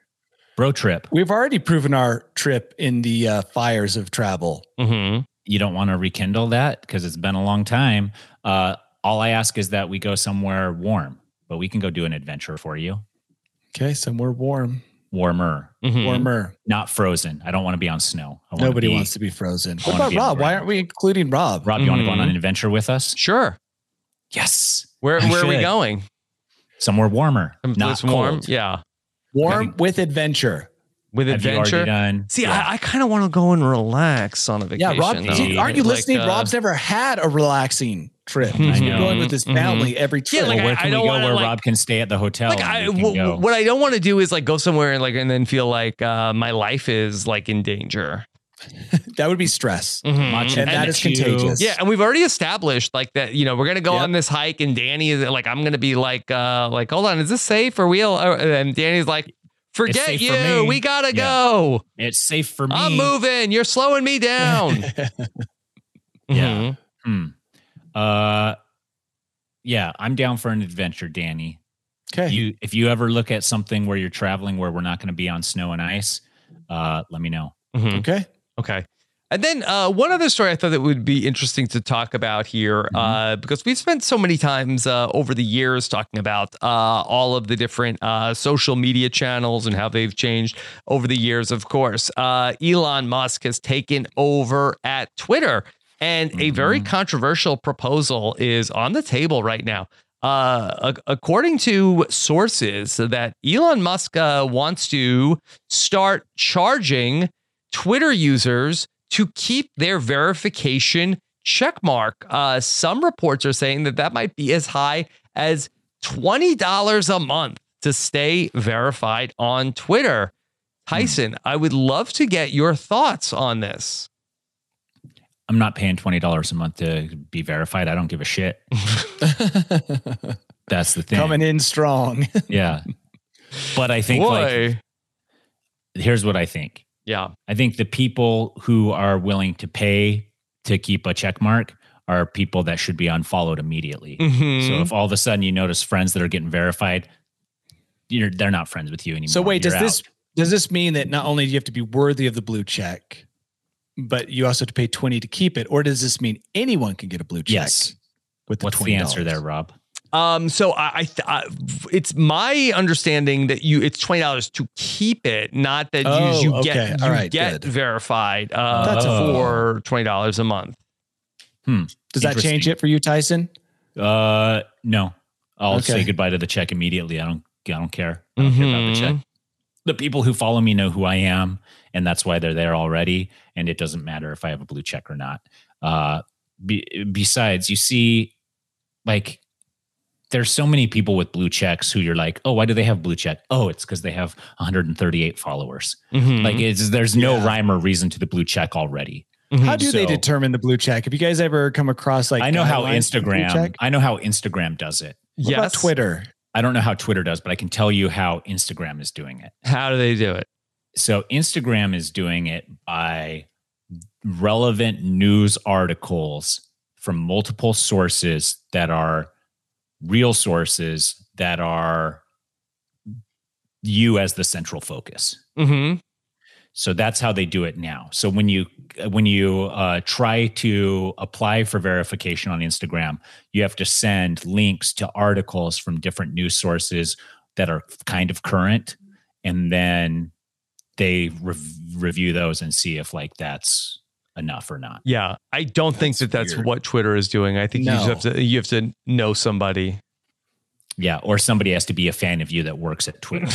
Speaker 5: bro trip.
Speaker 6: We've already proven our trip in the uh, fires of travel.
Speaker 3: mm-hmm.
Speaker 5: You don't want to rekindle that because it's been a long time. Uh, all I ask is that we go somewhere warm, but we can go do an adventure for you.
Speaker 6: Okay, somewhere warm,
Speaker 5: Warmer,
Speaker 3: Mm-hmm.
Speaker 6: warmer.
Speaker 5: not frozen. I don't want to be on snow. I wanna
Speaker 6: Nobody
Speaker 5: be-
Speaker 6: wants to be frozen. Mm-hmm.
Speaker 5: I
Speaker 6: What
Speaker 5: wanna
Speaker 6: about
Speaker 5: be in the
Speaker 6: Rob? Why
Speaker 5: ground.
Speaker 6: aren't we including Rob?
Speaker 5: Rob, you want to go on
Speaker 3: Mhm.
Speaker 5: an adventure with us?
Speaker 3: sure
Speaker 5: Yes,
Speaker 3: where
Speaker 5: We
Speaker 3: where are we
Speaker 5: should.
Speaker 3: going
Speaker 5: somewhere warmer,
Speaker 3: Um,
Speaker 5: not
Speaker 3: it's warm
Speaker 5: cold.
Speaker 3: yeah
Speaker 6: Warm with adventure.
Speaker 3: with
Speaker 5: Have you already
Speaker 3: adventure.
Speaker 5: done-
Speaker 3: See,
Speaker 5: Yeah.
Speaker 3: I, I kind of want to go and relax on a vacation.
Speaker 6: Yeah, Rob,
Speaker 3: though.
Speaker 6: see, aren't you
Speaker 3: Like,
Speaker 6: listening?
Speaker 3: uh,
Speaker 6: Rob's never had a relaxing trip.
Speaker 5: I
Speaker 6: He's
Speaker 5: know.
Speaker 6: going with his family
Speaker 3: Mhm.
Speaker 6: every
Speaker 3: Yeah,
Speaker 6: trip.
Speaker 3: like,
Speaker 5: Well, where
Speaker 3: I- I
Speaker 5: can
Speaker 3: don't
Speaker 5: we go
Speaker 3: wanna,
Speaker 5: where
Speaker 3: like-
Speaker 5: Rob can stay at the hotel?
Speaker 3: Like
Speaker 5: and
Speaker 3: I,
Speaker 5: we can
Speaker 3: wh-
Speaker 5: go?
Speaker 3: what I don't want to do is like go somewhere and like and then feel like uh, my life is like in danger.
Speaker 6: that would be stress.
Speaker 3: Mm-hmm.
Speaker 5: Matcha
Speaker 6: And that is
Speaker 5: Picchu.
Speaker 6: contagious.
Speaker 3: Yeah, and we've already established like that. You know, we're gonna go on this hike, and Danny is like, I'm gonna be like, uh, like, hold on, is this safe or wheel? uh, And Danny's like, forget
Speaker 5: safe for
Speaker 3: you,
Speaker 5: me."
Speaker 3: we gotta
Speaker 5: Yeah.
Speaker 3: go.
Speaker 5: It's safe for me.
Speaker 3: I'm moving. You're slowing me down. Mm-hmm.
Speaker 5: Yeah. Hmm. Uh, yeah, I'm down for an adventure, Danny.
Speaker 6: Okay.
Speaker 5: You, if you ever look at something where you're traveling where we're not going to be on snow and ice, uh, let me know.
Speaker 3: Mhm.
Speaker 6: Okay.
Speaker 3: Okay. And then uh, one other story I thought that would be interesting to talk about here, uh, because we've spent so many times uh, over the years talking about uh, all of the different uh, social media channels and how they've changed over the years. Of course, uh, Elon Musk has taken over at Twitter, and a very controversial proposal is on the table right now. Uh, ac- according to sources, that Elon Musk uh, wants to start charging Twitter users to keep their verification checkmark. Uh, some reports are saying that that might be as high as $20 a month to stay verified on Twitter. Tyson,
Speaker 6: Hmm.
Speaker 3: I would love to get your thoughts on this.
Speaker 5: I'm not paying twenty dollars a month to be verified. I don't give a shit. That's the thing.
Speaker 6: Coming in strong.
Speaker 5: Yeah. But I think like
Speaker 3: Boy.
Speaker 5: here's what I think.
Speaker 3: yeah.
Speaker 5: I think the people who are willing to pay to keep a check mark are people that should be unfollowed
Speaker 6: Mm-hmm.
Speaker 5: immediately.
Speaker 3: Mhm.
Speaker 5: So if all of a sudden you notice friends that are getting verified, you're they're not friends with you anymore.
Speaker 6: So wait, does
Speaker 5: You're
Speaker 6: this
Speaker 5: out.
Speaker 6: does this mean that not only do you have to be worthy of the blue check, but you also have to pay 20 to keep it? Or does this mean anyone can get a blue check?
Speaker 5: Yes.
Speaker 6: With the
Speaker 5: What's the
Speaker 6: $20?
Speaker 5: answer there, Rob?
Speaker 3: Um, so I, I, th- I, it's my understanding that you it's twenty dollars to keep it, not that
Speaker 6: Oh,
Speaker 3: you, you
Speaker 6: okay.
Speaker 3: get
Speaker 6: All
Speaker 3: you
Speaker 6: right,
Speaker 3: get
Speaker 6: good.
Speaker 3: verified uh,
Speaker 6: That's a-
Speaker 3: for twenty dollars a month.
Speaker 5: Hmm.
Speaker 6: Does that change it for you, Tyson?
Speaker 5: Uh no. I'll
Speaker 6: Okay.
Speaker 5: say goodbye to the check immediately. I don't I don't care. I don't care about the
Speaker 3: Mhm.
Speaker 5: check.
Speaker 6: Mm-hmm.
Speaker 5: The people who follow me know who I am, and that's why they're there already. And it doesn't matter if I have a blue check or not. Uh be, besides, you see, like there's so many people with blue checks who you're like, oh, why do they have blue check? Oh, it's because they have 138 followers.
Speaker 3: Mhm.
Speaker 5: Like it's there's no rhyme or reason to the blue check already.
Speaker 6: How do they
Speaker 5: So-
Speaker 6: determine the blue check? Have you guys ever come across like
Speaker 5: Oh. I know how
Speaker 6: guidelines for the blue
Speaker 5: Instagram.
Speaker 6: check?
Speaker 5: I know how Instagram does it.
Speaker 6: What about
Speaker 3: Yes.
Speaker 6: Twitter.
Speaker 5: I don't know how Twitter does, but I can tell you how Instagram is doing it.
Speaker 3: How do they do it?
Speaker 5: So Instagram is doing it by relevant news articles from multiple sources that are real sources that are you as the central focus.
Speaker 3: Mm-hmm.
Speaker 5: So that's how they do it now. So when you when you uh, try to apply for verification on Instagram, you have to send links to articles from different news sources that are kind of current, and then they rev- review those and see if like that's enough or not.
Speaker 3: Yeah, I don't think that that's
Speaker 5: weird.
Speaker 3: what Twitter is doing. I think you just have to you have to know somebody,
Speaker 5: Yeah, or somebody has to be a fan of you that works at Twitter.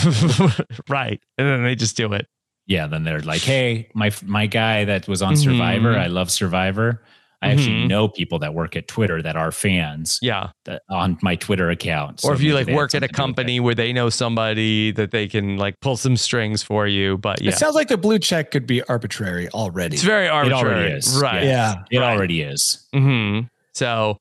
Speaker 3: right? And then they just do it.
Speaker 5: yeah, then they're like, "Hey, my my guy that was on Survivor,
Speaker 3: Mhm.
Speaker 5: I love Survivor." I actually
Speaker 3: Mhm.
Speaker 5: know people that work at Twitter that are fans.
Speaker 3: Yeah.
Speaker 5: that on my Twitter account.
Speaker 3: or
Speaker 5: So
Speaker 3: if you
Speaker 5: maybe
Speaker 3: like
Speaker 5: they had
Speaker 3: work at a
Speaker 5: something to do with
Speaker 3: company where they know somebody that they can like pull some strings for you. But yeah,
Speaker 6: It sounds like the blue check could be arbitrary already.
Speaker 3: it's very
Speaker 5: it. It
Speaker 3: arbitrary,
Speaker 5: already is.
Speaker 3: right?
Speaker 6: Yeah.
Speaker 5: It already is.
Speaker 3: Mm-hmm. So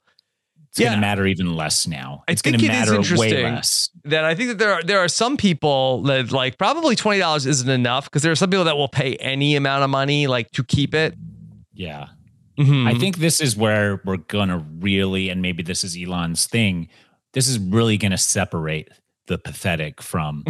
Speaker 5: It's going to matter even less now.
Speaker 3: I
Speaker 5: It's going
Speaker 3: think
Speaker 5: to
Speaker 3: it is
Speaker 5: matter way
Speaker 3: interesting.
Speaker 5: less.
Speaker 3: that I think that there are there are some people that like probably twenty dollars isn't enough because there are some people that will pay any amount of money like to keep it. Mm-hmm.
Speaker 5: Yeah. I think this is where we're going to really, and maybe this is Elon's thing, this is really going to separate the pathetic from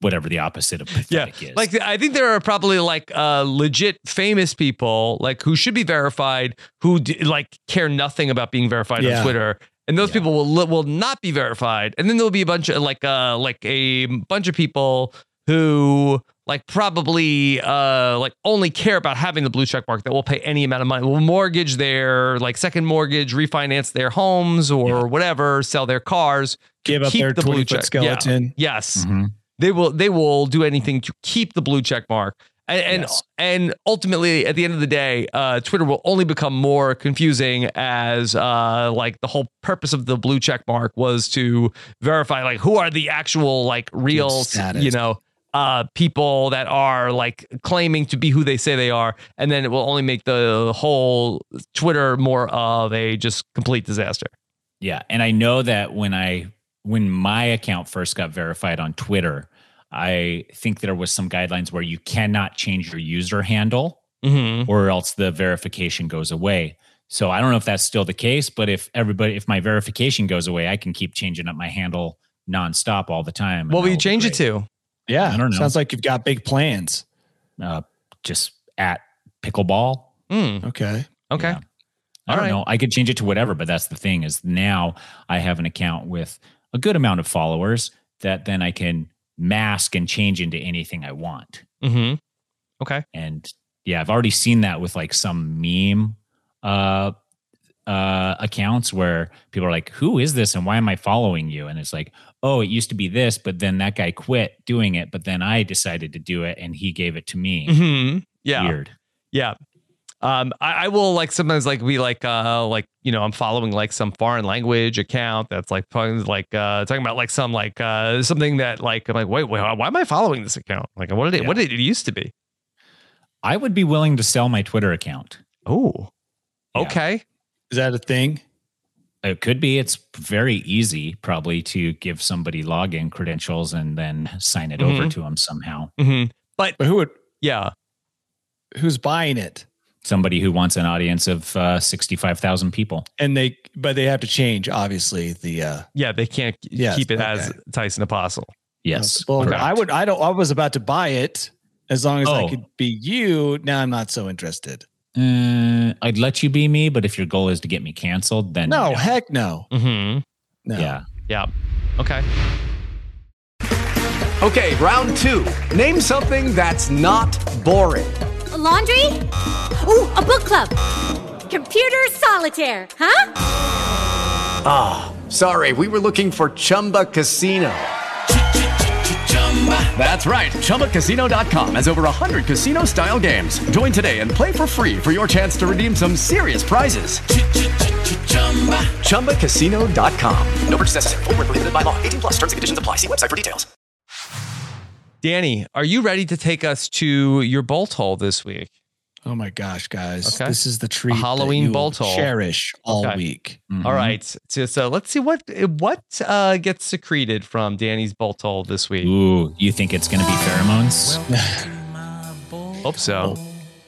Speaker 5: whatever the opposite of
Speaker 3: Yeah,
Speaker 5: pathetic is.
Speaker 3: like I think there are probably like uh, legit famous people like who should be verified who d- like care nothing about being verified
Speaker 6: Yeah.
Speaker 3: on Twitter, and those people will li- will not be verified, and then there'll be a bunch of like uh like a bunch of people who like probably uh like only care about having the blue check mark that will pay any amount of money will mortgage their like second mortgage refinance their homes or whatever sell their cars to
Speaker 6: Give up
Speaker 3: keep
Speaker 6: their
Speaker 3: the blue
Speaker 6: 20-foot
Speaker 3: check. Yeah.
Speaker 6: skeleton.
Speaker 3: yes
Speaker 5: Mhm.
Speaker 3: They will they will do anything to keep the blue check mark. And and, and ultimately, at the end of the day, uh, Twitter will only become more confusing as uh, like the whole purpose of the blue check mark was to verify like who are the actual like real
Speaker 6: status.
Speaker 3: you know uh, people that are like claiming to be who they say they are, and then it will only make the whole Twitter more of a just complete disaster.
Speaker 5: Yeah, and I know that when I when my account first got verified on Twitter, I think there was some guidelines where you cannot change your user handle
Speaker 3: Mm-hmm.
Speaker 5: or else the verification goes away. So I don't know if that's still the case, but if everybody if my verification goes away, I can keep changing up my handle nonstop all the time.
Speaker 3: What will
Speaker 5: and
Speaker 3: you change it to?
Speaker 6: Yeah,
Speaker 5: I don't know.
Speaker 6: sounds like you've got big plans.
Speaker 5: I'll, uh, just at pickleball.
Speaker 6: Okay.
Speaker 3: Mm. Okay.
Speaker 5: I don't know. I could change it to whatever, but that's the thing is now I have an account with a good amount of followers that then I can mask and change into anything I want.
Speaker 3: Mm-hmm. Okay.
Speaker 5: And yeah, I've already seen that with like some meme uh uh accounts where people are like, "Who is this and why am I following you?" And it's like, "Oh, it used to be this, but then that guy quit doing it, but then I decided to do it and he gave it to me."
Speaker 3: hmm Yeah.
Speaker 5: Weird.
Speaker 3: Yeah. Um, I, I will like sometimes like be like uh like you know I'm following like some foreign language account that's like talking like uh talking about like some like uh something that like I'm like wait, wait why am I following this account like what did it what did it used to be
Speaker 5: I would be willing to sell my Twitter account.
Speaker 3: Oh, okay.
Speaker 6: Is that a thing?
Speaker 5: It could be. It's very easy, probably, to give somebody login credentials and then sign it over
Speaker 6: Mhm.
Speaker 5: to them somehow.
Speaker 3: Mm-hmm. But
Speaker 6: but who would?
Speaker 3: Yeah.
Speaker 6: Who's buying it?
Speaker 5: Somebody who wants an audience of uh, 65,000 people.
Speaker 6: And they, but they have to change obviously the. uh
Speaker 3: yeah they can't
Speaker 6: Yes,
Speaker 3: keep it
Speaker 6: okay.
Speaker 3: as Tyson Apostle
Speaker 5: Yes.
Speaker 6: Well,
Speaker 3: correct.
Speaker 6: I would. I don't. I was about to buy it as long as
Speaker 5: Oh.
Speaker 6: I could be you. Now I'm not so interested.
Speaker 5: Uh, I'd let you be me, but if your goal is to get me canceled, then
Speaker 6: No, heck no.
Speaker 3: Mm-hmm.
Speaker 6: No.
Speaker 5: Yeah.
Speaker 3: Yeah. Okay.
Speaker 7: Okay, round two. Name something that's not boring.
Speaker 8: A laundry? Ooh, a book club. Computer solitaire, huh?
Speaker 7: Ah, sorry, we were looking for Chumba Casino. That's right, ChumbaCasino.com has over 100 casino style games. Join today and play for free for your chance to redeem some serious prizes. ChumbaCasino.com. No purchase necessary, full prohibited by law, 18 plus terms and conditions apply. See website for details.
Speaker 3: Danny are you ready to take us to your bolt hole this week
Speaker 6: Oh my gosh, guys!
Speaker 3: Okay.
Speaker 6: This is the
Speaker 3: A
Speaker 6: treat. that
Speaker 3: Halloween
Speaker 6: you will
Speaker 3: bolt hole.
Speaker 6: Cherish all
Speaker 3: Okay.
Speaker 6: week.
Speaker 3: All right. So, so let's see what what uh, gets secreted from Danny's bolt hole this week.
Speaker 5: Ooh, you think it's going to be pheromones?
Speaker 3: Hope so.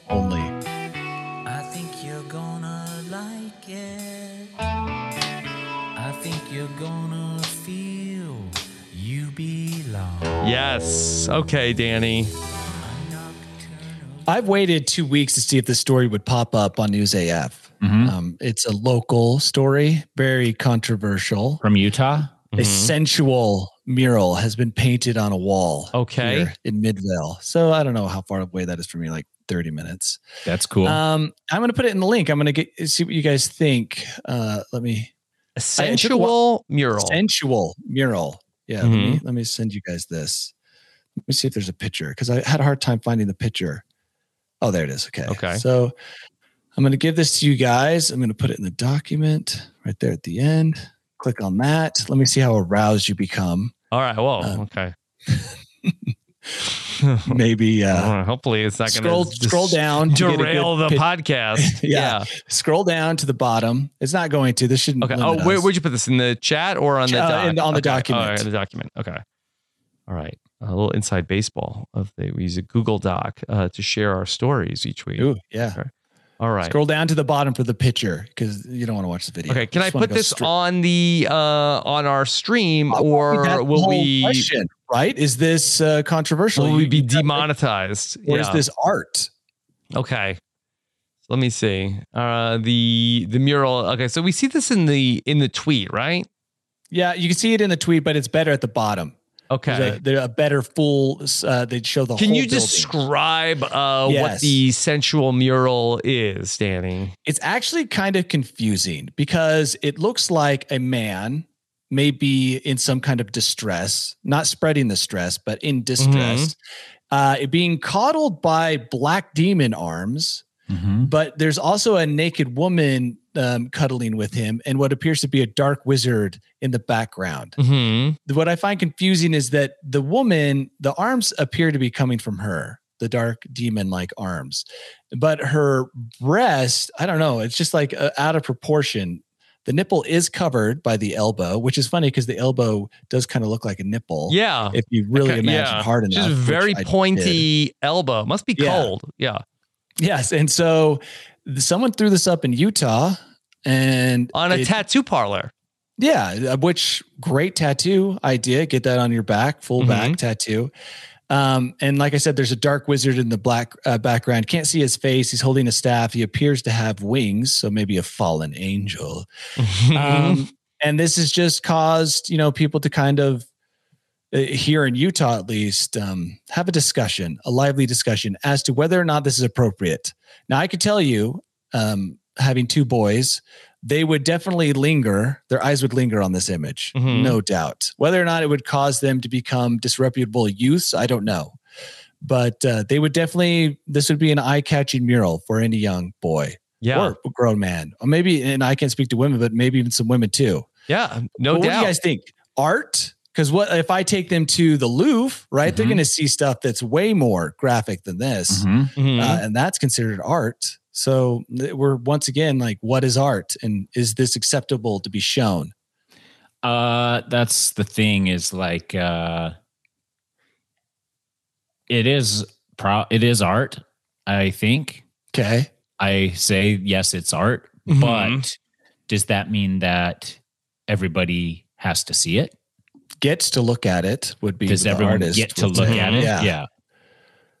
Speaker 6: Only.
Speaker 10: I think you're gonna like it. I think you're gonna feel you belong.
Speaker 3: Yes. Okay, Danny.
Speaker 6: I've waited two weeks to see if this story would pop up on News AF. Um, it's a local story, very controversial.
Speaker 5: From Utah?
Speaker 6: A
Speaker 3: Mm-hmm.
Speaker 6: sensual mural has been painted on a wall.
Speaker 3: Okay.
Speaker 6: here in Midvale. So I don't know how far away that is from me, like 30 minutes.
Speaker 5: That's cool.
Speaker 6: Um, I'm going to put it in the link. I'm going to get see what you guys think. Uh, let me.
Speaker 3: A
Speaker 6: I- it took a while-
Speaker 3: sensual mural.
Speaker 6: Sensual mural. Yeah. Let,
Speaker 3: Mhm.
Speaker 6: me, let me send you guys this. Let me see if there's a picture because I had a hard time finding the picture. Oh, there it is. Okay.
Speaker 3: Okay.
Speaker 6: So I'm going to give this to you guys. I'm going to put it in the document right there at the end. Click on that. Let me see how aroused you become.
Speaker 3: All right. Well.
Speaker 6: Uh,
Speaker 3: okay.
Speaker 6: Maybe. Uh,
Speaker 3: Uh, hopefully, it's not going
Speaker 6: scroll- scroll down to get a
Speaker 3: derail
Speaker 6: good
Speaker 3: the
Speaker 6: pic-
Speaker 3: podcast.
Speaker 6: yeah.
Speaker 3: yeah.
Speaker 6: Scroll down to the bottom. It's not going to. This shouldn't.
Speaker 3: Okay.
Speaker 6: limit
Speaker 3: Oh, where,
Speaker 6: us.
Speaker 3: where'd you put this in the chat or on the
Speaker 6: Uh,
Speaker 3: doc?
Speaker 6: in- on the
Speaker 3: Okay. All
Speaker 6: document.
Speaker 3: right, the document. Okay. All right. A little inside baseball of the we use a Google Doc uh, to share our stories each week.
Speaker 6: Ooh, yeah.
Speaker 3: All right.
Speaker 6: Scroll down to the bottom for the picture because you don't want to watch the video.
Speaker 3: Okay, can I
Speaker 6: Just wanna
Speaker 3: put
Speaker 6: go
Speaker 3: this
Speaker 6: straight-
Speaker 3: on the uh on our stream
Speaker 6: That's the
Speaker 3: or will
Speaker 6: whole
Speaker 3: we
Speaker 6: question, right? Is this uh, controversial?
Speaker 3: will we
Speaker 6: You-
Speaker 3: be
Speaker 6: you got-
Speaker 3: demonetized?
Speaker 6: Or is this art?
Speaker 3: Okay. Let me see. Uh the the mural. Okay, so we see this in the in the tweet, right?
Speaker 6: Yeah, you can see it in the tweet, but it's better at the bottom.
Speaker 3: Okay.
Speaker 6: There's a, there- a better full. Uh, they show the.
Speaker 3: Can
Speaker 6: whole
Speaker 3: you
Speaker 6: building.
Speaker 3: describe uh what
Speaker 6: Yes.
Speaker 3: the sensual mural is, Danny?
Speaker 6: It's actually kind of confusing because it looks like a man may be in some kind of distress, not spreading the stress, but in distress, uh, being coddled by black demon arms.
Speaker 5: Mm-hmm.
Speaker 6: But there's also a naked woman um, cuddling with him and what appears to be a dark wizard in the background.
Speaker 3: Mm-hmm.
Speaker 6: What I find confusing is that the woman, the arms appear to be coming from her, the dark demon like arms, but her breast, I don't know, it's just like uh, out of proportion. The nipple is covered by the elbow, which is funny because the elbow does kind of look like a nipple.
Speaker 3: Yeah.
Speaker 6: If you really
Speaker 3: Okay,
Speaker 6: imagine
Speaker 3: yeah.
Speaker 6: hard enough.
Speaker 3: Just
Speaker 6: which
Speaker 3: very
Speaker 6: I did.
Speaker 3: pointy elbow. Must be
Speaker 6: Yeah.
Speaker 3: cold. Yeah.
Speaker 6: Yes. And so th- someone threw this up in Utah and
Speaker 3: On a
Speaker 6: it-
Speaker 3: tattoo parlor.
Speaker 6: Yeah, uh, which great tattoo idea. Get that on your back, full back tattoo. Um, and like I said, there's a dark wizard in the black uh, background. Can't see his face. He's holding a staff. He appears to have wings, so maybe a fallen angel. um, and this has just caused you know people to kind of uh, here in Utah at least um, have a discussion, a lively discussion as to whether or not this is appropriate. Now I could tell you, um, having two boys, they would definitely linger. Their eyes would linger on this image,
Speaker 3: Mhm.
Speaker 6: no doubt. Whether or not it would cause them to become disreputable youths, I don't know. But uh, they would definitely. This would be an eye-catching mural for any young boy,
Speaker 3: Yeah.
Speaker 6: or grown man, or maybe. And I can't speak to women, but maybe even some women too.
Speaker 3: Yeah.
Speaker 6: But
Speaker 3: No
Speaker 6: What do
Speaker 3: doubt.
Speaker 6: you guys think? Art? Because what if I take them to the Louvre? Right,
Speaker 3: Mm-hmm.
Speaker 6: they're going to see stuff that's way more graphic than this,
Speaker 5: Mm-hmm.
Speaker 3: Mm-hmm.
Speaker 6: Uh, and that's considered art. So th- we're once again like, what is art, and is this acceptable to be shown?
Speaker 5: Uh, that's the thing is like uh, it is pro it is art. I think
Speaker 6: Okay, Mm-hmm.
Speaker 5: I say yes, it's art, but does that mean that everybody has to see it?
Speaker 6: gets to look at it would be
Speaker 5: does
Speaker 6: the
Speaker 5: everyone
Speaker 6: artist
Speaker 5: get to
Speaker 6: would
Speaker 5: look
Speaker 6: say.
Speaker 5: at it?
Speaker 6: Yeah.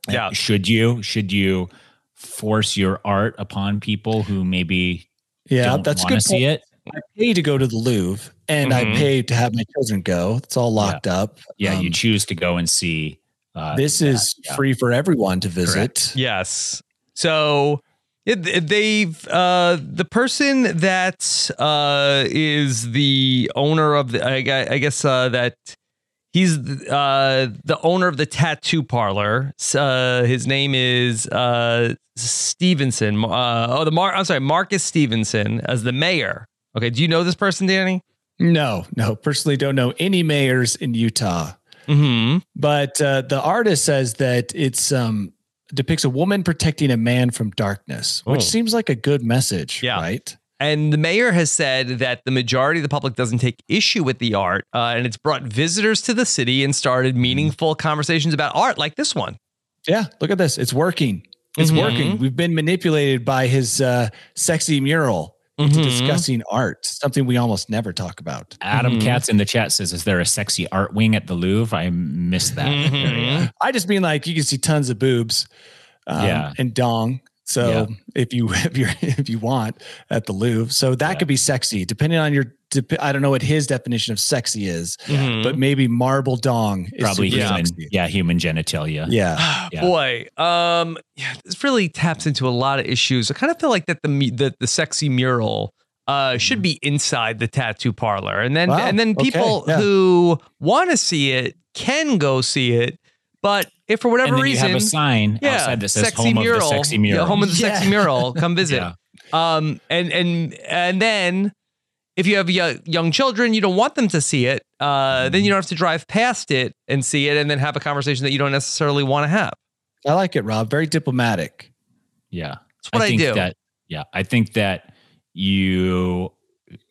Speaker 5: yeah. Should you should you force your art upon people who maybe
Speaker 6: Yeah,
Speaker 5: don't
Speaker 6: that's a
Speaker 5: wanna
Speaker 6: good
Speaker 5: see
Speaker 6: point.
Speaker 5: it?
Speaker 6: I pay to go to the Louvre, and
Speaker 5: Mhm.
Speaker 3: Mm-hmm.
Speaker 6: I pay to have my children go. It's all locked up.
Speaker 5: Yeah, you
Speaker 6: Um,
Speaker 5: choose to go and see. Uh,
Speaker 6: this is free for everyone to visit.
Speaker 3: Yes. So it, it- they've uh, the person that uh, is the owner of the I, gue- I guess uh, that he's uh, the owner of the tattoo parlor. S- Uh, his name is uh, Stevenson. Uh, oh, the Mar- I'm sorry, Marcus Stevenson as the mayor. Okay, do you know this person, Danny?
Speaker 6: No, no, personally don't know any mayors in Utah. But uh, the artist says that it's um, depicts a woman protecting a man from darkness, which
Speaker 3: Oh.
Speaker 6: seems like a good message,
Speaker 3: Yeah.
Speaker 6: right?
Speaker 3: And the mayor has said that the majority of the public doesn't take issue with the art, uh, and it's brought visitors to the city and started
Speaker 5: Hmm.
Speaker 3: meaningful conversations about art like this one.
Speaker 6: Yeah, look at this. It's working. It's
Speaker 3: Mhm.
Speaker 6: working. We've been manipulated by his uh, sexy mural into
Speaker 3: Mm-hmm.
Speaker 5: Mhm.
Speaker 6: discussing art, something we almost never talk about.
Speaker 5: Adam
Speaker 3: Mm-hmm.
Speaker 5: Katz in the chat says, "Is there a sexy art wing at the Louvre?" I missed that.
Speaker 3: Mm-hmm.
Speaker 5: area.
Speaker 6: I just mean like you can see tons of boobs, um,
Speaker 5: Yeah.
Speaker 6: and dong. So
Speaker 5: Yeah.
Speaker 6: if you if you if you want at the Louvre, so that could be sexy depending on your. dep- I don't know what his definition of sexy is,
Speaker 3: Mhm.
Speaker 6: but maybe marble dong is
Speaker 5: Mm-hmm. Probably
Speaker 6: super
Speaker 5: human.
Speaker 6: sexy.
Speaker 5: Yeah, human genitalia.
Speaker 6: Yeah.
Speaker 5: Yeah.
Speaker 3: Boy, um, yeah, this really taps into a lot of issues. I kind of feel like that the mu- that the sexy mural uh,
Speaker 5: Hmm.
Speaker 3: should be inside the tattoo parlor, and then
Speaker 6: Wow,
Speaker 3: and then
Speaker 6: okay,
Speaker 3: people
Speaker 6: yeah.
Speaker 3: who want to see it can go see it, but if for whatever
Speaker 5: and then
Speaker 3: reason
Speaker 5: you have a sign outside that says "Home of the Sexy Mural."
Speaker 3: Yeah, home of the sexy
Speaker 5: Yeah.
Speaker 3: mural. Come visit.
Speaker 5: Yeah.
Speaker 3: Um, and and and then if you have yo- young children, you don't want them to see it. Uh, then you don't have to drive past it and see it, and then have a conversation that you don't necessarily want to have.
Speaker 6: I like it, Rob. Very diplomatic.
Speaker 5: Yeah.
Speaker 3: That's what I
Speaker 5: think
Speaker 3: do.
Speaker 5: That, yeah. I think that you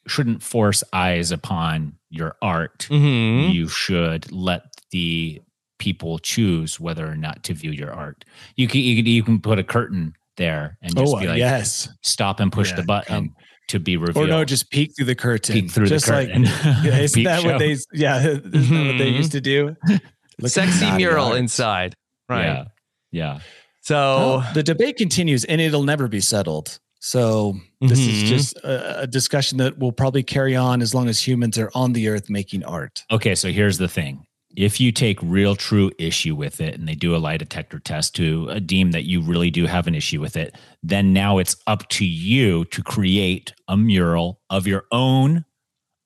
Speaker 5: shouldn't force eyes upon your art.
Speaker 6: Mm-hmm.
Speaker 3: Mhm.
Speaker 5: You should let the people choose whether or not to view your art. You can you can, you can put a curtain there and just
Speaker 6: Oh,
Speaker 5: be like
Speaker 6: yes.
Speaker 5: stop and push
Speaker 6: Yeah,
Speaker 5: the button to be
Speaker 6: Or
Speaker 5: revealed.
Speaker 6: no, just peek through the curtain.
Speaker 5: Peek through the
Speaker 6: just
Speaker 5: curtain.
Speaker 6: Like, yeah, isn't
Speaker 5: Peep
Speaker 6: that what
Speaker 5: show. Mm-hmm.
Speaker 6: they? Yeah, isn't that what they
Speaker 3: Mhm.
Speaker 6: used to do? Look
Speaker 3: sexy
Speaker 6: at the
Speaker 3: mural
Speaker 6: art.
Speaker 3: inside. Right.
Speaker 5: Yeah. Yeah.
Speaker 3: So
Speaker 6: Well, the debate continues and it'll never be settled. So this is
Speaker 5: Mhm.
Speaker 6: just a, a discussion that will probably carry on as long as humans are on the earth making art.
Speaker 5: Okay, so here's the thing. If you take real true issue with it and they do a lie detector test to uh, deem that you really do have an issue with it, then now it's up to you to create a mural of your own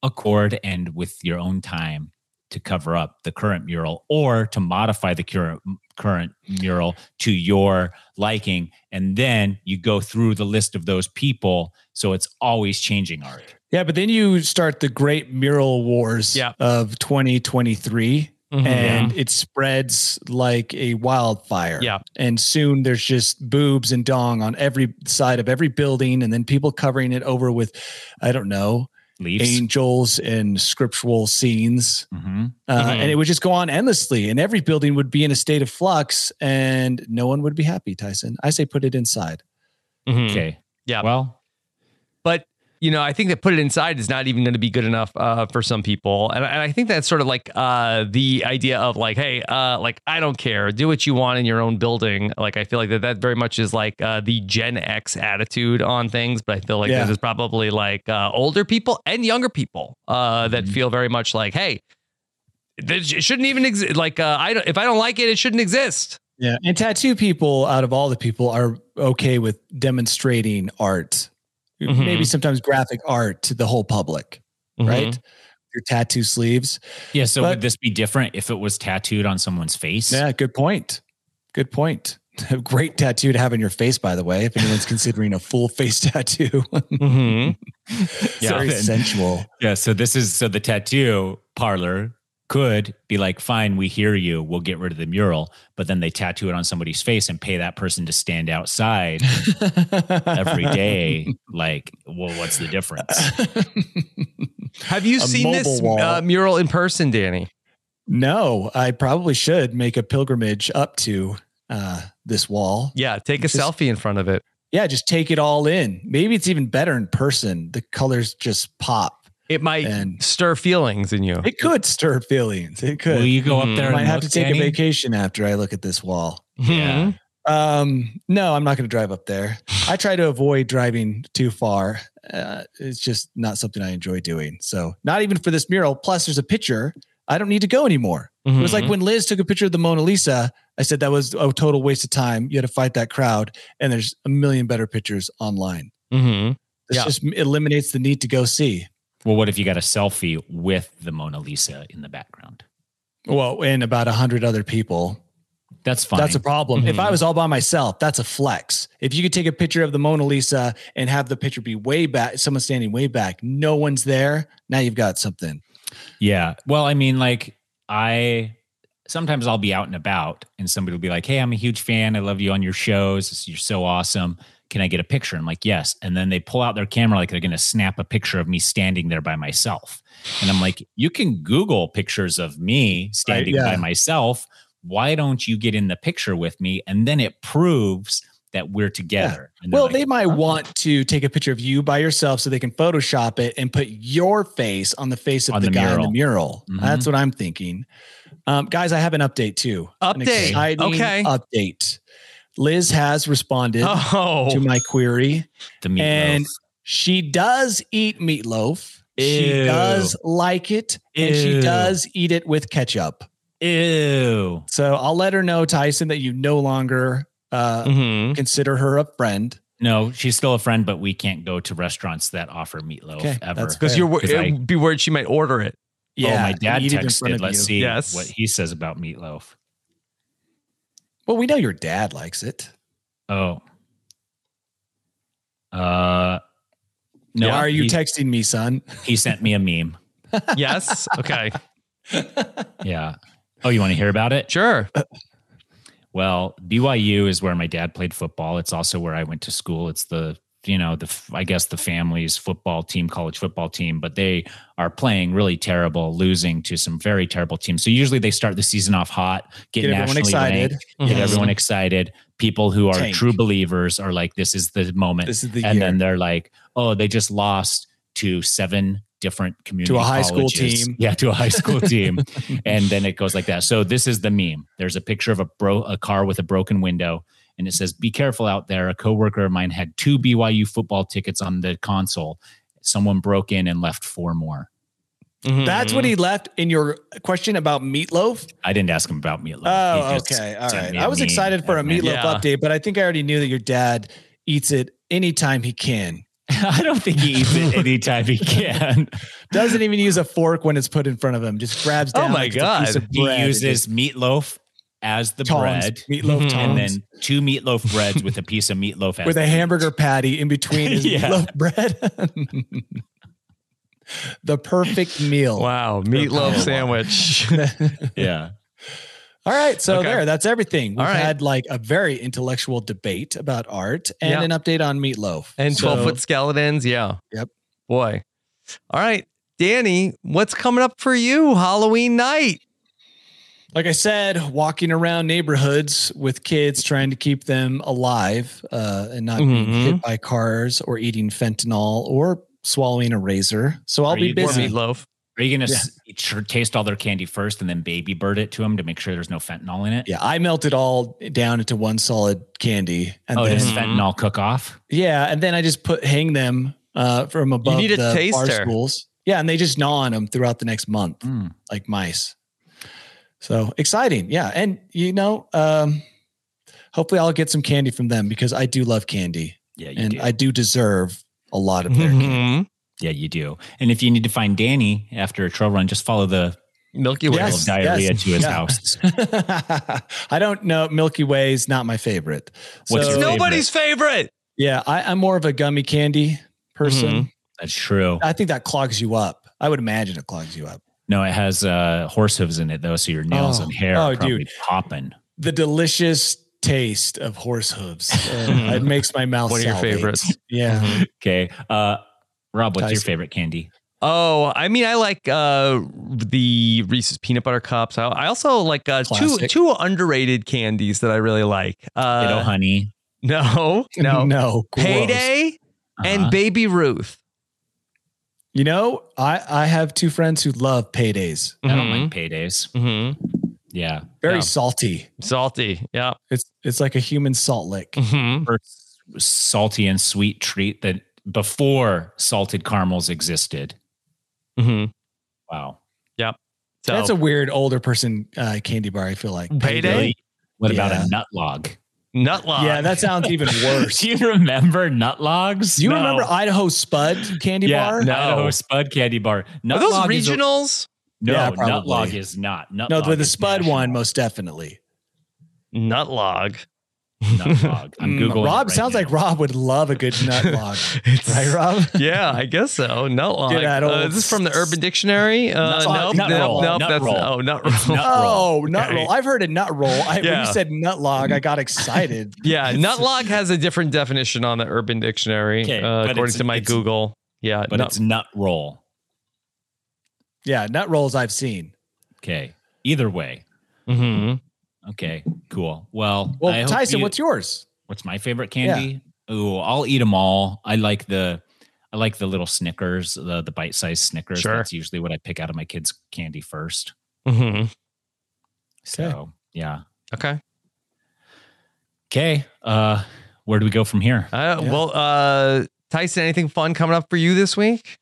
Speaker 5: accord and with your own time to cover up the current mural or to modify the current current mural to your liking and then you go through the list of those people so it's always changing art
Speaker 6: Yeah, but then you start the great mural wars of 2023
Speaker 3: mm-hmm.
Speaker 5: Mhm.
Speaker 6: and it spreads like a wildfire.
Speaker 3: Yeah.
Speaker 6: And soon there's just boobs and dong on every side of every building and then people covering it over with I don't know,
Speaker 5: Leaves.
Speaker 6: angels and scriptural scenes. Uh,
Speaker 3: Mm-hmm.
Speaker 5: Mhm.
Speaker 6: and it would just go on endlessly and every building would be in a state of flux and no one would be happy, Tyson. I say put it inside.
Speaker 3: Mm-hmm.
Speaker 5: okay
Speaker 3: Yeah.
Speaker 5: Well,
Speaker 3: but you know, I think that put it inside is not even going to be good enough uh, for some people, and, and I think that's sort of like uh, the idea of like, hey, uh, like I don't care, do what you want in your own building. Like I feel like that that very much is like uh, the Gen X attitude on things, but I feel like
Speaker 6: Yeah.
Speaker 3: this is probably like uh, older people and younger people uh,
Speaker 6: Mm-hmm.
Speaker 3: that feel very much like, hey, this it shouldn't even exist. Like uh, I don't, if I don't like it, it shouldn't exist.
Speaker 6: Yeah, and tattoo people out of all the people are okay with demonstrating art,
Speaker 3: Mhm.
Speaker 6: maybe sometimes graphic art to the whole public, right?
Speaker 5: Mhm.
Speaker 6: Your tattoo sleeves.
Speaker 5: yeah so
Speaker 6: But-
Speaker 5: would this be different if it was tattooed on someone's face
Speaker 6: Yeah, good point. Good point. A great tattoo to have on your face, by the way, if anyone's considering a full face tattoo.
Speaker 3: Mm-hmm.
Speaker 5: Yeah.
Speaker 6: Very sensual.
Speaker 5: Yeah. So this is so the tattoo parlor could be like, fine, we hear you. We'll get rid of the mural. But then they tattoo it on somebody's face and pay that person to stand outside
Speaker 3: Mm-hmm.
Speaker 5: every day. Like, well, what's the difference?
Speaker 3: Have you
Speaker 6: A
Speaker 3: seen this
Speaker 6: mobile wall.
Speaker 3: uh, mural in person, Danny?
Speaker 6: No, I probably should make a pilgrimage up to uh, this wall.
Speaker 3: Yeah, take a
Speaker 6: Just-
Speaker 3: selfie in front of it.
Speaker 6: Yeah, just take it all in. Maybe it's even better in person. The colors just pop.
Speaker 3: It might
Speaker 6: And-
Speaker 3: stir feelings in you.
Speaker 6: It could stir feelings. It could.
Speaker 5: Will you go up there
Speaker 6: I might
Speaker 5: and
Speaker 6: have to
Speaker 5: look,
Speaker 6: take
Speaker 5: Danny?
Speaker 6: a vacation after I look at this wall.
Speaker 3: Mm-hmm.
Speaker 5: Yeah.
Speaker 6: Um, no, I'm not going to drive up there. I try to avoid driving too far. Uh, it's just not something I enjoy doing. So, not even for this mural. Plus, there's a picture. I don't need to go anymore. It was like
Speaker 3: Mhm.
Speaker 6: when Liz took a picture of the Mona Lisa. I said that was a total waste of time. You had to fight that crowd, and there's a million better pictures online.
Speaker 3: Mm-hmm.
Speaker 6: This
Speaker 5: Yeah.
Speaker 6: just eliminates the need to go see.
Speaker 5: Well, what if you got a selfie with the Mona Lisa in the background?
Speaker 6: Well, and about a hundred other people.
Speaker 5: That's fine.
Speaker 6: That's a problem. If I
Speaker 5: Mhm.
Speaker 6: was all by myself, that's a flex. If you could take a picture of the Mona Lisa and have the picture be way back, someone standing way back, no one's there. Now you've got something.
Speaker 5: Yeah. Well, I mean, like I sometimes I'll be out and about and somebody will be like, Hey, I'm a huge fan. I love you on your shows. You're so awesome. Can I get a picture? I'm like, yes. And then they pull out their camera like they're gonna snap a picture of me standing there by myself. And I'm like, you can Google pictures of me standing
Speaker 6: yeah.
Speaker 5: by myself. Why don't you get in the picture with me? And then it proves that we're together. And they're
Speaker 6: Well,
Speaker 5: like,
Speaker 6: they might want to take a picture of you by yourself so they can Photoshop it and put your face on the face of
Speaker 5: On
Speaker 6: the,
Speaker 5: the
Speaker 6: guy in
Speaker 5: mural.
Speaker 6: the mural.
Speaker 5: Mhm.
Speaker 6: That's what I'm thinking. Um, guys, I have an update too. An
Speaker 3: Update.
Speaker 6: exciting uh,
Speaker 3: Okay.
Speaker 6: Update. Liz has responded
Speaker 3: Oh.
Speaker 6: to my query.
Speaker 5: The
Speaker 3: meatloaf.
Speaker 6: And she does eat meatloaf. She
Speaker 3: Ew.
Speaker 6: does like it. And she
Speaker 3: Ew.
Speaker 6: does eat it with ketchup.
Speaker 5: Ew.
Speaker 6: So I'll let her know, Tyson, that you no longer uh,
Speaker 3: Mhm.
Speaker 6: consider her a friend.
Speaker 5: No, she's still a friend, but we can't go to restaurants that offer meatloaf
Speaker 6: Okay,
Speaker 5: ever.
Speaker 6: that's
Speaker 3: Because you're wor-
Speaker 5: I-
Speaker 3: it'd be worried she might order it.
Speaker 5: oh,
Speaker 6: Yeah,
Speaker 5: my
Speaker 6: and
Speaker 5: dad
Speaker 6: eat it in front
Speaker 5: texted.
Speaker 6: of
Speaker 5: Let's
Speaker 6: you.
Speaker 5: see
Speaker 3: Yes.
Speaker 5: what he says about meatloaf.
Speaker 6: Well, we know your dad likes it.
Speaker 5: Oh. Uh no,
Speaker 6: Why are you
Speaker 5: he,
Speaker 6: texting me, son?
Speaker 5: he sent me a meme.
Speaker 3: yes. Okay.
Speaker 5: Yeah. Oh, you want to hear about it?
Speaker 3: Sure.
Speaker 5: Well, BYU is where my dad played football. It's also where I went to school. It's the you know the f- I guess the family's football team, college football team, but they are playing really terrible, losing to some very terrible teams. So usually they start the season off hot, get,
Speaker 6: Get everyone
Speaker 5: nationally
Speaker 6: excited.
Speaker 5: ranked,
Speaker 6: Mhm.
Speaker 5: get everyone excited. People who are
Speaker 6: Tank.
Speaker 5: true believers are like, this is the moment.
Speaker 6: This is the
Speaker 5: and
Speaker 6: year.
Speaker 5: then they're like, oh, they just lost to seven different community
Speaker 6: a high school
Speaker 5: colleges.
Speaker 6: team.
Speaker 5: Yeah, to a high school team and then it goes like that. So this is the meme. There's a picture of a bro a car with a broken window and it says be careful out there. A coworker of mine had two BYU football tickets on the console. Someone broke in and left four more.
Speaker 6: That's
Speaker 3: Mm-hmm.
Speaker 6: what he left in your question about meatloaf.
Speaker 5: I didn't ask him about meatloaf.
Speaker 6: Oh,
Speaker 5: He just
Speaker 6: okay. All
Speaker 5: sent
Speaker 6: right.
Speaker 5: me
Speaker 6: I was
Speaker 5: meme
Speaker 6: excited for a
Speaker 5: and then-
Speaker 6: meatloaf
Speaker 3: Yeah.
Speaker 6: update, but I think I already knew that your dad eats it anytime he can.
Speaker 5: I don't think he eats it anytime he can.
Speaker 6: Doesn't even use a fork when it's put in front of him. Just grabs.
Speaker 5: Oh
Speaker 6: Down
Speaker 5: my
Speaker 6: like it's a
Speaker 5: God.
Speaker 6: piece of
Speaker 5: He
Speaker 6: bread and
Speaker 5: uses
Speaker 6: just-
Speaker 5: meatloaf as the
Speaker 6: Tongs,
Speaker 5: bread,
Speaker 6: meatloaf
Speaker 5: Mm-hmm.
Speaker 3: Mm-hmm.
Speaker 5: and
Speaker 6: tongs.
Speaker 5: then two meatloaf breads with a piece of meatloaf as
Speaker 6: with a
Speaker 5: the-
Speaker 6: hamburger patty in between his
Speaker 5: Yeah.
Speaker 6: meatloaf bread. the perfect meal.
Speaker 3: Wow, meatloaf sandwich.
Speaker 5: yeah.
Speaker 6: All right, so
Speaker 3: Okay.
Speaker 6: there, that's everything. We've
Speaker 3: All right.
Speaker 6: had like a very intellectual debate about art and
Speaker 3: Yeah.
Speaker 6: an update on meatloaf
Speaker 3: And
Speaker 6: So-
Speaker 3: 12 foot skeletons. Yeah.
Speaker 6: Yep.
Speaker 3: Boy. All right. Danny, what's coming up for you Halloween night?
Speaker 6: Like I said, walking around neighborhoods with kids, trying to keep them alive uh, and not
Speaker 5: Mm-hmm.
Speaker 6: being hit by cars or eating fentanyl or swallowing a razor. So I'll
Speaker 5: Are
Speaker 6: be
Speaker 5: you gonna-
Speaker 6: busy.
Speaker 3: Meatloaf.
Speaker 5: Are you gonna s- tr- taste all their candy first and then baby bird it to them to make sure there's no fentanyl in it?
Speaker 6: Yeah, I melted all down into one solid candy. And
Speaker 5: oh,
Speaker 6: then,
Speaker 5: does
Speaker 6: Mm-hmm.
Speaker 5: fentanyl cook off?
Speaker 6: Yeah, and then I just put hang them uh, from above
Speaker 3: need a
Speaker 6: the bar
Speaker 3: taster.
Speaker 6: stools. Yeah, and they just gnaw on them throughout the next month,
Speaker 5: Mm.
Speaker 6: like mice. So exciting, yeah. And you know, um, hopefully I'll get some candy from them because I do love candy.
Speaker 5: Yeah, you
Speaker 6: and
Speaker 5: do.
Speaker 6: I do deserve a lot of their candy.
Speaker 3: Mm-hmm.
Speaker 5: Yeah, you do. And if you need to find Danny after a trail run, just follow the
Speaker 3: Milky
Speaker 5: trail
Speaker 6: Way.
Speaker 5: of
Speaker 6: Yes,
Speaker 5: diarrhea
Speaker 6: yes,
Speaker 5: to his
Speaker 6: yeah.
Speaker 5: house.
Speaker 6: I don't know. Uh, Milky Way is not my favorite.
Speaker 5: What's
Speaker 6: So-
Speaker 5: your favorite?
Speaker 3: Nobody's favorite.
Speaker 6: Yeah, I, I'm more of a gummy candy person.
Speaker 5: Mhm. That's true.
Speaker 6: I think that clogs you up. I would imagine it clogs you up.
Speaker 5: No, it has uh, horse hooves in it though, so your nails
Speaker 6: Oh.
Speaker 5: and hair
Speaker 6: Oh,
Speaker 5: are probably
Speaker 6: dude.
Speaker 5: popping.
Speaker 6: the delicious taste of horse hooves. Uh, it makes my mouth.
Speaker 3: One of your
Speaker 6: salivate.
Speaker 3: favorites. Mm-hmm.
Speaker 6: Yeah.
Speaker 5: Okay, uh, Rob, what's your
Speaker 6: Tyson.
Speaker 5: favorite candy?
Speaker 3: Oh, I mean, I like uh, the Reese's peanut butter cups. I, I also like uh, two
Speaker 6: Classic.
Speaker 3: two underrated candies that I really like.
Speaker 5: Ditto
Speaker 3: Uh,
Speaker 5: honey.
Speaker 3: no, no,
Speaker 6: No. gross.
Speaker 3: Payday
Speaker 5: Uh-huh.
Speaker 3: and Baby Ruth.
Speaker 6: You know, I I have two friends who love paydays.
Speaker 5: I
Speaker 3: Mm-hmm,
Speaker 5: don't like paydays.
Speaker 3: Mhm.
Speaker 5: Mm-hmm. Yeah,
Speaker 6: Very
Speaker 3: Yeah.
Speaker 6: salty.
Speaker 3: Salty. Yeah.
Speaker 6: It's it's like a human salt lick.
Speaker 3: Mhm.
Speaker 5: first salty and sweet treat that before salted caramels existed.
Speaker 3: Mhm.
Speaker 5: Wow.
Speaker 3: Yep. So
Speaker 6: That's a weird older person uh, candy bar. I feel like
Speaker 3: Payday?
Speaker 5: Really? What
Speaker 6: Yeah.
Speaker 5: about a nut log?
Speaker 3: nut log.
Speaker 6: Yeah, that sounds even worse.
Speaker 5: Do you remember nut logs?
Speaker 6: Do you
Speaker 5: No.
Speaker 6: remember Idaho Spud candy
Speaker 5: yeah,
Speaker 6: bar?
Speaker 3: no.
Speaker 5: Idaho Spud candy bar.
Speaker 3: Are
Speaker 5: Nut
Speaker 3: those
Speaker 5: log is a-
Speaker 3: regionals?
Speaker 5: no,
Speaker 6: Yeah,
Speaker 5: nut
Speaker 6: probably.
Speaker 5: log is not. Nut
Speaker 6: No,
Speaker 5: log
Speaker 6: with the
Speaker 5: is
Speaker 6: Spud
Speaker 5: national.
Speaker 6: one, most definitely.
Speaker 3: Nut log.
Speaker 5: Nut log. I'm
Speaker 6: Mm,
Speaker 5: googling. it
Speaker 6: Rob
Speaker 5: right
Speaker 6: sounds
Speaker 5: now.
Speaker 6: like Rob would love a good nut log, right, Rob?
Speaker 3: yeah, I guess so. Nut log.
Speaker 6: that
Speaker 3: Uh,
Speaker 6: old
Speaker 3: this is from the Urban Dictionary. Uh,
Speaker 5: Nut-
Speaker 3: nope,
Speaker 5: nut
Speaker 3: nope,
Speaker 5: roll,
Speaker 3: nope,
Speaker 5: nut
Speaker 3: that's
Speaker 5: roll.
Speaker 3: oh, nut roll.
Speaker 5: It's nut
Speaker 6: Oh, nut
Speaker 3: Okay.
Speaker 6: roll. I've heard a nut roll. I, When
Speaker 3: Yeah.
Speaker 6: you said nut log, I got excited.
Speaker 3: Yeah, nut log has a different definition on the Urban Dictionary,
Speaker 5: Okay,
Speaker 3: uh,
Speaker 5: but
Speaker 3: according
Speaker 5: it's-
Speaker 3: to my
Speaker 5: it's-
Speaker 3: Google. Yeah,
Speaker 5: but
Speaker 3: nut-
Speaker 5: it's nut roll.
Speaker 6: Yeah, nut rolls I've seen.
Speaker 5: Okay. Either way.
Speaker 3: Mhm.
Speaker 5: Okay. Cool. Well,
Speaker 6: Well,
Speaker 5: I hope
Speaker 6: Tyson,
Speaker 5: you-
Speaker 6: what's yours?
Speaker 5: What's my favorite candy? Ooh, I'll eat them all. I like the I like the little Snickers, the the bite-sized Snickers.
Speaker 3: Sure.
Speaker 5: That's usually what I pick out of my kids' candy first.
Speaker 3: Mhm.
Speaker 5: So, yeah.
Speaker 3: Okay.
Speaker 5: Okay. Uh where do we go from here?
Speaker 3: Uh,
Speaker 6: Yeah.
Speaker 3: Well, uh, Tyson, anything fun coming up for you this week?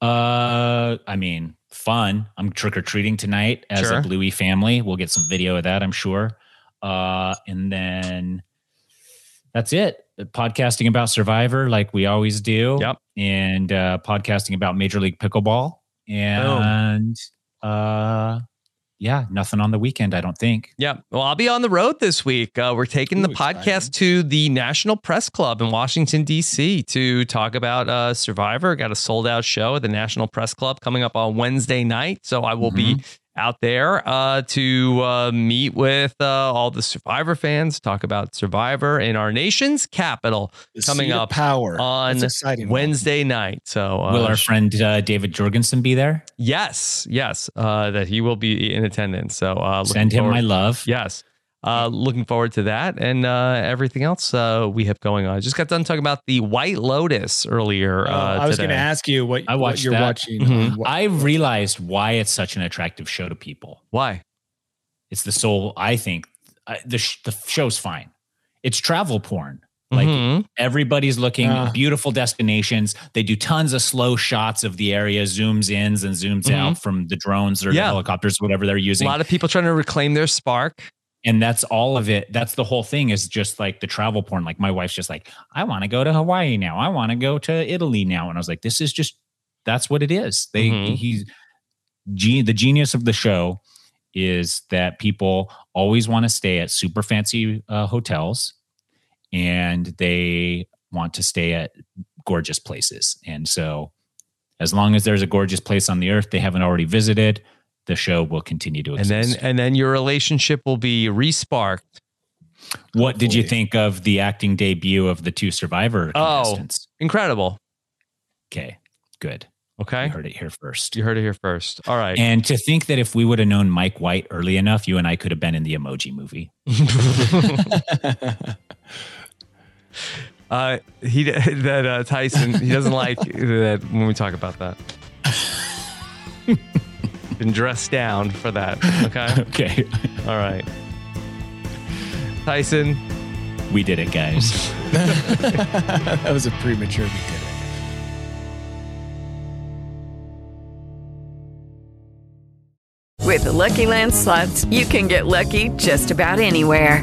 Speaker 5: Uh I mean, fun. I'm trick-or-treating tonight as
Speaker 3: Sure.
Speaker 5: a Bluey family. We'll get some video of that, I'm sure. Uh and then that's it. Podcasting about Survivor like we always do.
Speaker 3: Yep.
Speaker 5: And uh podcasting about Major League Pickleball and uh yeah, nothing on the weekend, I don't think.
Speaker 3: Yeah. Well, I'll be on the road this week. Uh, we're taking the
Speaker 6: Ooh,
Speaker 3: podcast to the National Press Club in Washington, D.C. to talk about uh, Survivor. Got a sold out show at the National Press Club coming up on Wednesday night. So I will be
Speaker 5: Mm-hmm.
Speaker 3: out there uh, to uh, meet with uh, all the Survivor fans, talk about Survivor in our nation's capital
Speaker 6: The
Speaker 3: coming
Speaker 6: seat of
Speaker 3: up
Speaker 6: power.
Speaker 3: on
Speaker 6: That's exciting. Rob.
Speaker 3: Wednesday night. So uh,
Speaker 5: Will our friend uh, David Jorgensen be there?
Speaker 3: Yes, yes, uh, that he will be in attendance. So uh, looking
Speaker 5: Send him
Speaker 3: forward-
Speaker 5: my love.
Speaker 3: Yes, uh, looking forward to that and uh, everything else uh, we have going on. I just got done talking about the White Lotus earlier.
Speaker 6: Uh,
Speaker 5: Oh,
Speaker 3: Uh,
Speaker 6: I was going to
Speaker 3: today.
Speaker 6: ask you what,
Speaker 5: I
Speaker 6: what
Speaker 5: watched
Speaker 6: you're
Speaker 5: that.
Speaker 6: watching.
Speaker 3: Mhm.
Speaker 6: on what-
Speaker 5: I realized why it's such an attractive show to people.
Speaker 3: why.
Speaker 5: It's the sole, I think, I, the, sh- the show's fine. It's travel porn. Like
Speaker 3: Mhm.
Speaker 5: everybody's looking
Speaker 6: Uh.
Speaker 5: beautiful destinations. They do tons of slow shots of the area, zooms ins and zooms out from the drones or the
Speaker 3: Yeah.
Speaker 5: helicopters, whatever they're
Speaker 3: a
Speaker 5: using.
Speaker 3: lot of people trying to reclaim their spark.
Speaker 5: and that's all of it. That's the whole thing is just like the travel porn. Like my wife's just like, I want to go to Hawaii now. I want to go to Italy now. And I was like, this is just that's what it is. They
Speaker 3: Mhm.
Speaker 5: he's ge- the genius of the show is that people always want to stay at super fancy uh, hotels and they want to stay at gorgeous places. And so as long as there's a gorgeous place on the earth they haven't already visited, the show will continue to
Speaker 3: and
Speaker 5: exist.
Speaker 3: then and then your relationship will be resparked.
Speaker 5: What did you think of the acting debut of the two Survivor
Speaker 3: Oh,
Speaker 5: contestants?
Speaker 3: incredible.
Speaker 5: Okay, good.
Speaker 3: Okay.
Speaker 5: You heard it here first.
Speaker 3: You heard it here first. All right.
Speaker 5: And to think that if we would have known Mike White early enough, you and I could have been in the emoji movie.
Speaker 3: uh, he that uh, Tyson he doesn't like that when we talk about that. Been dressed down for that. Okay.
Speaker 5: okay.
Speaker 3: All right. Tyson,
Speaker 5: we did it, guys.
Speaker 6: that was a premature beginning.
Speaker 11: With the Lucky Land slots, you can get lucky just about anywhere.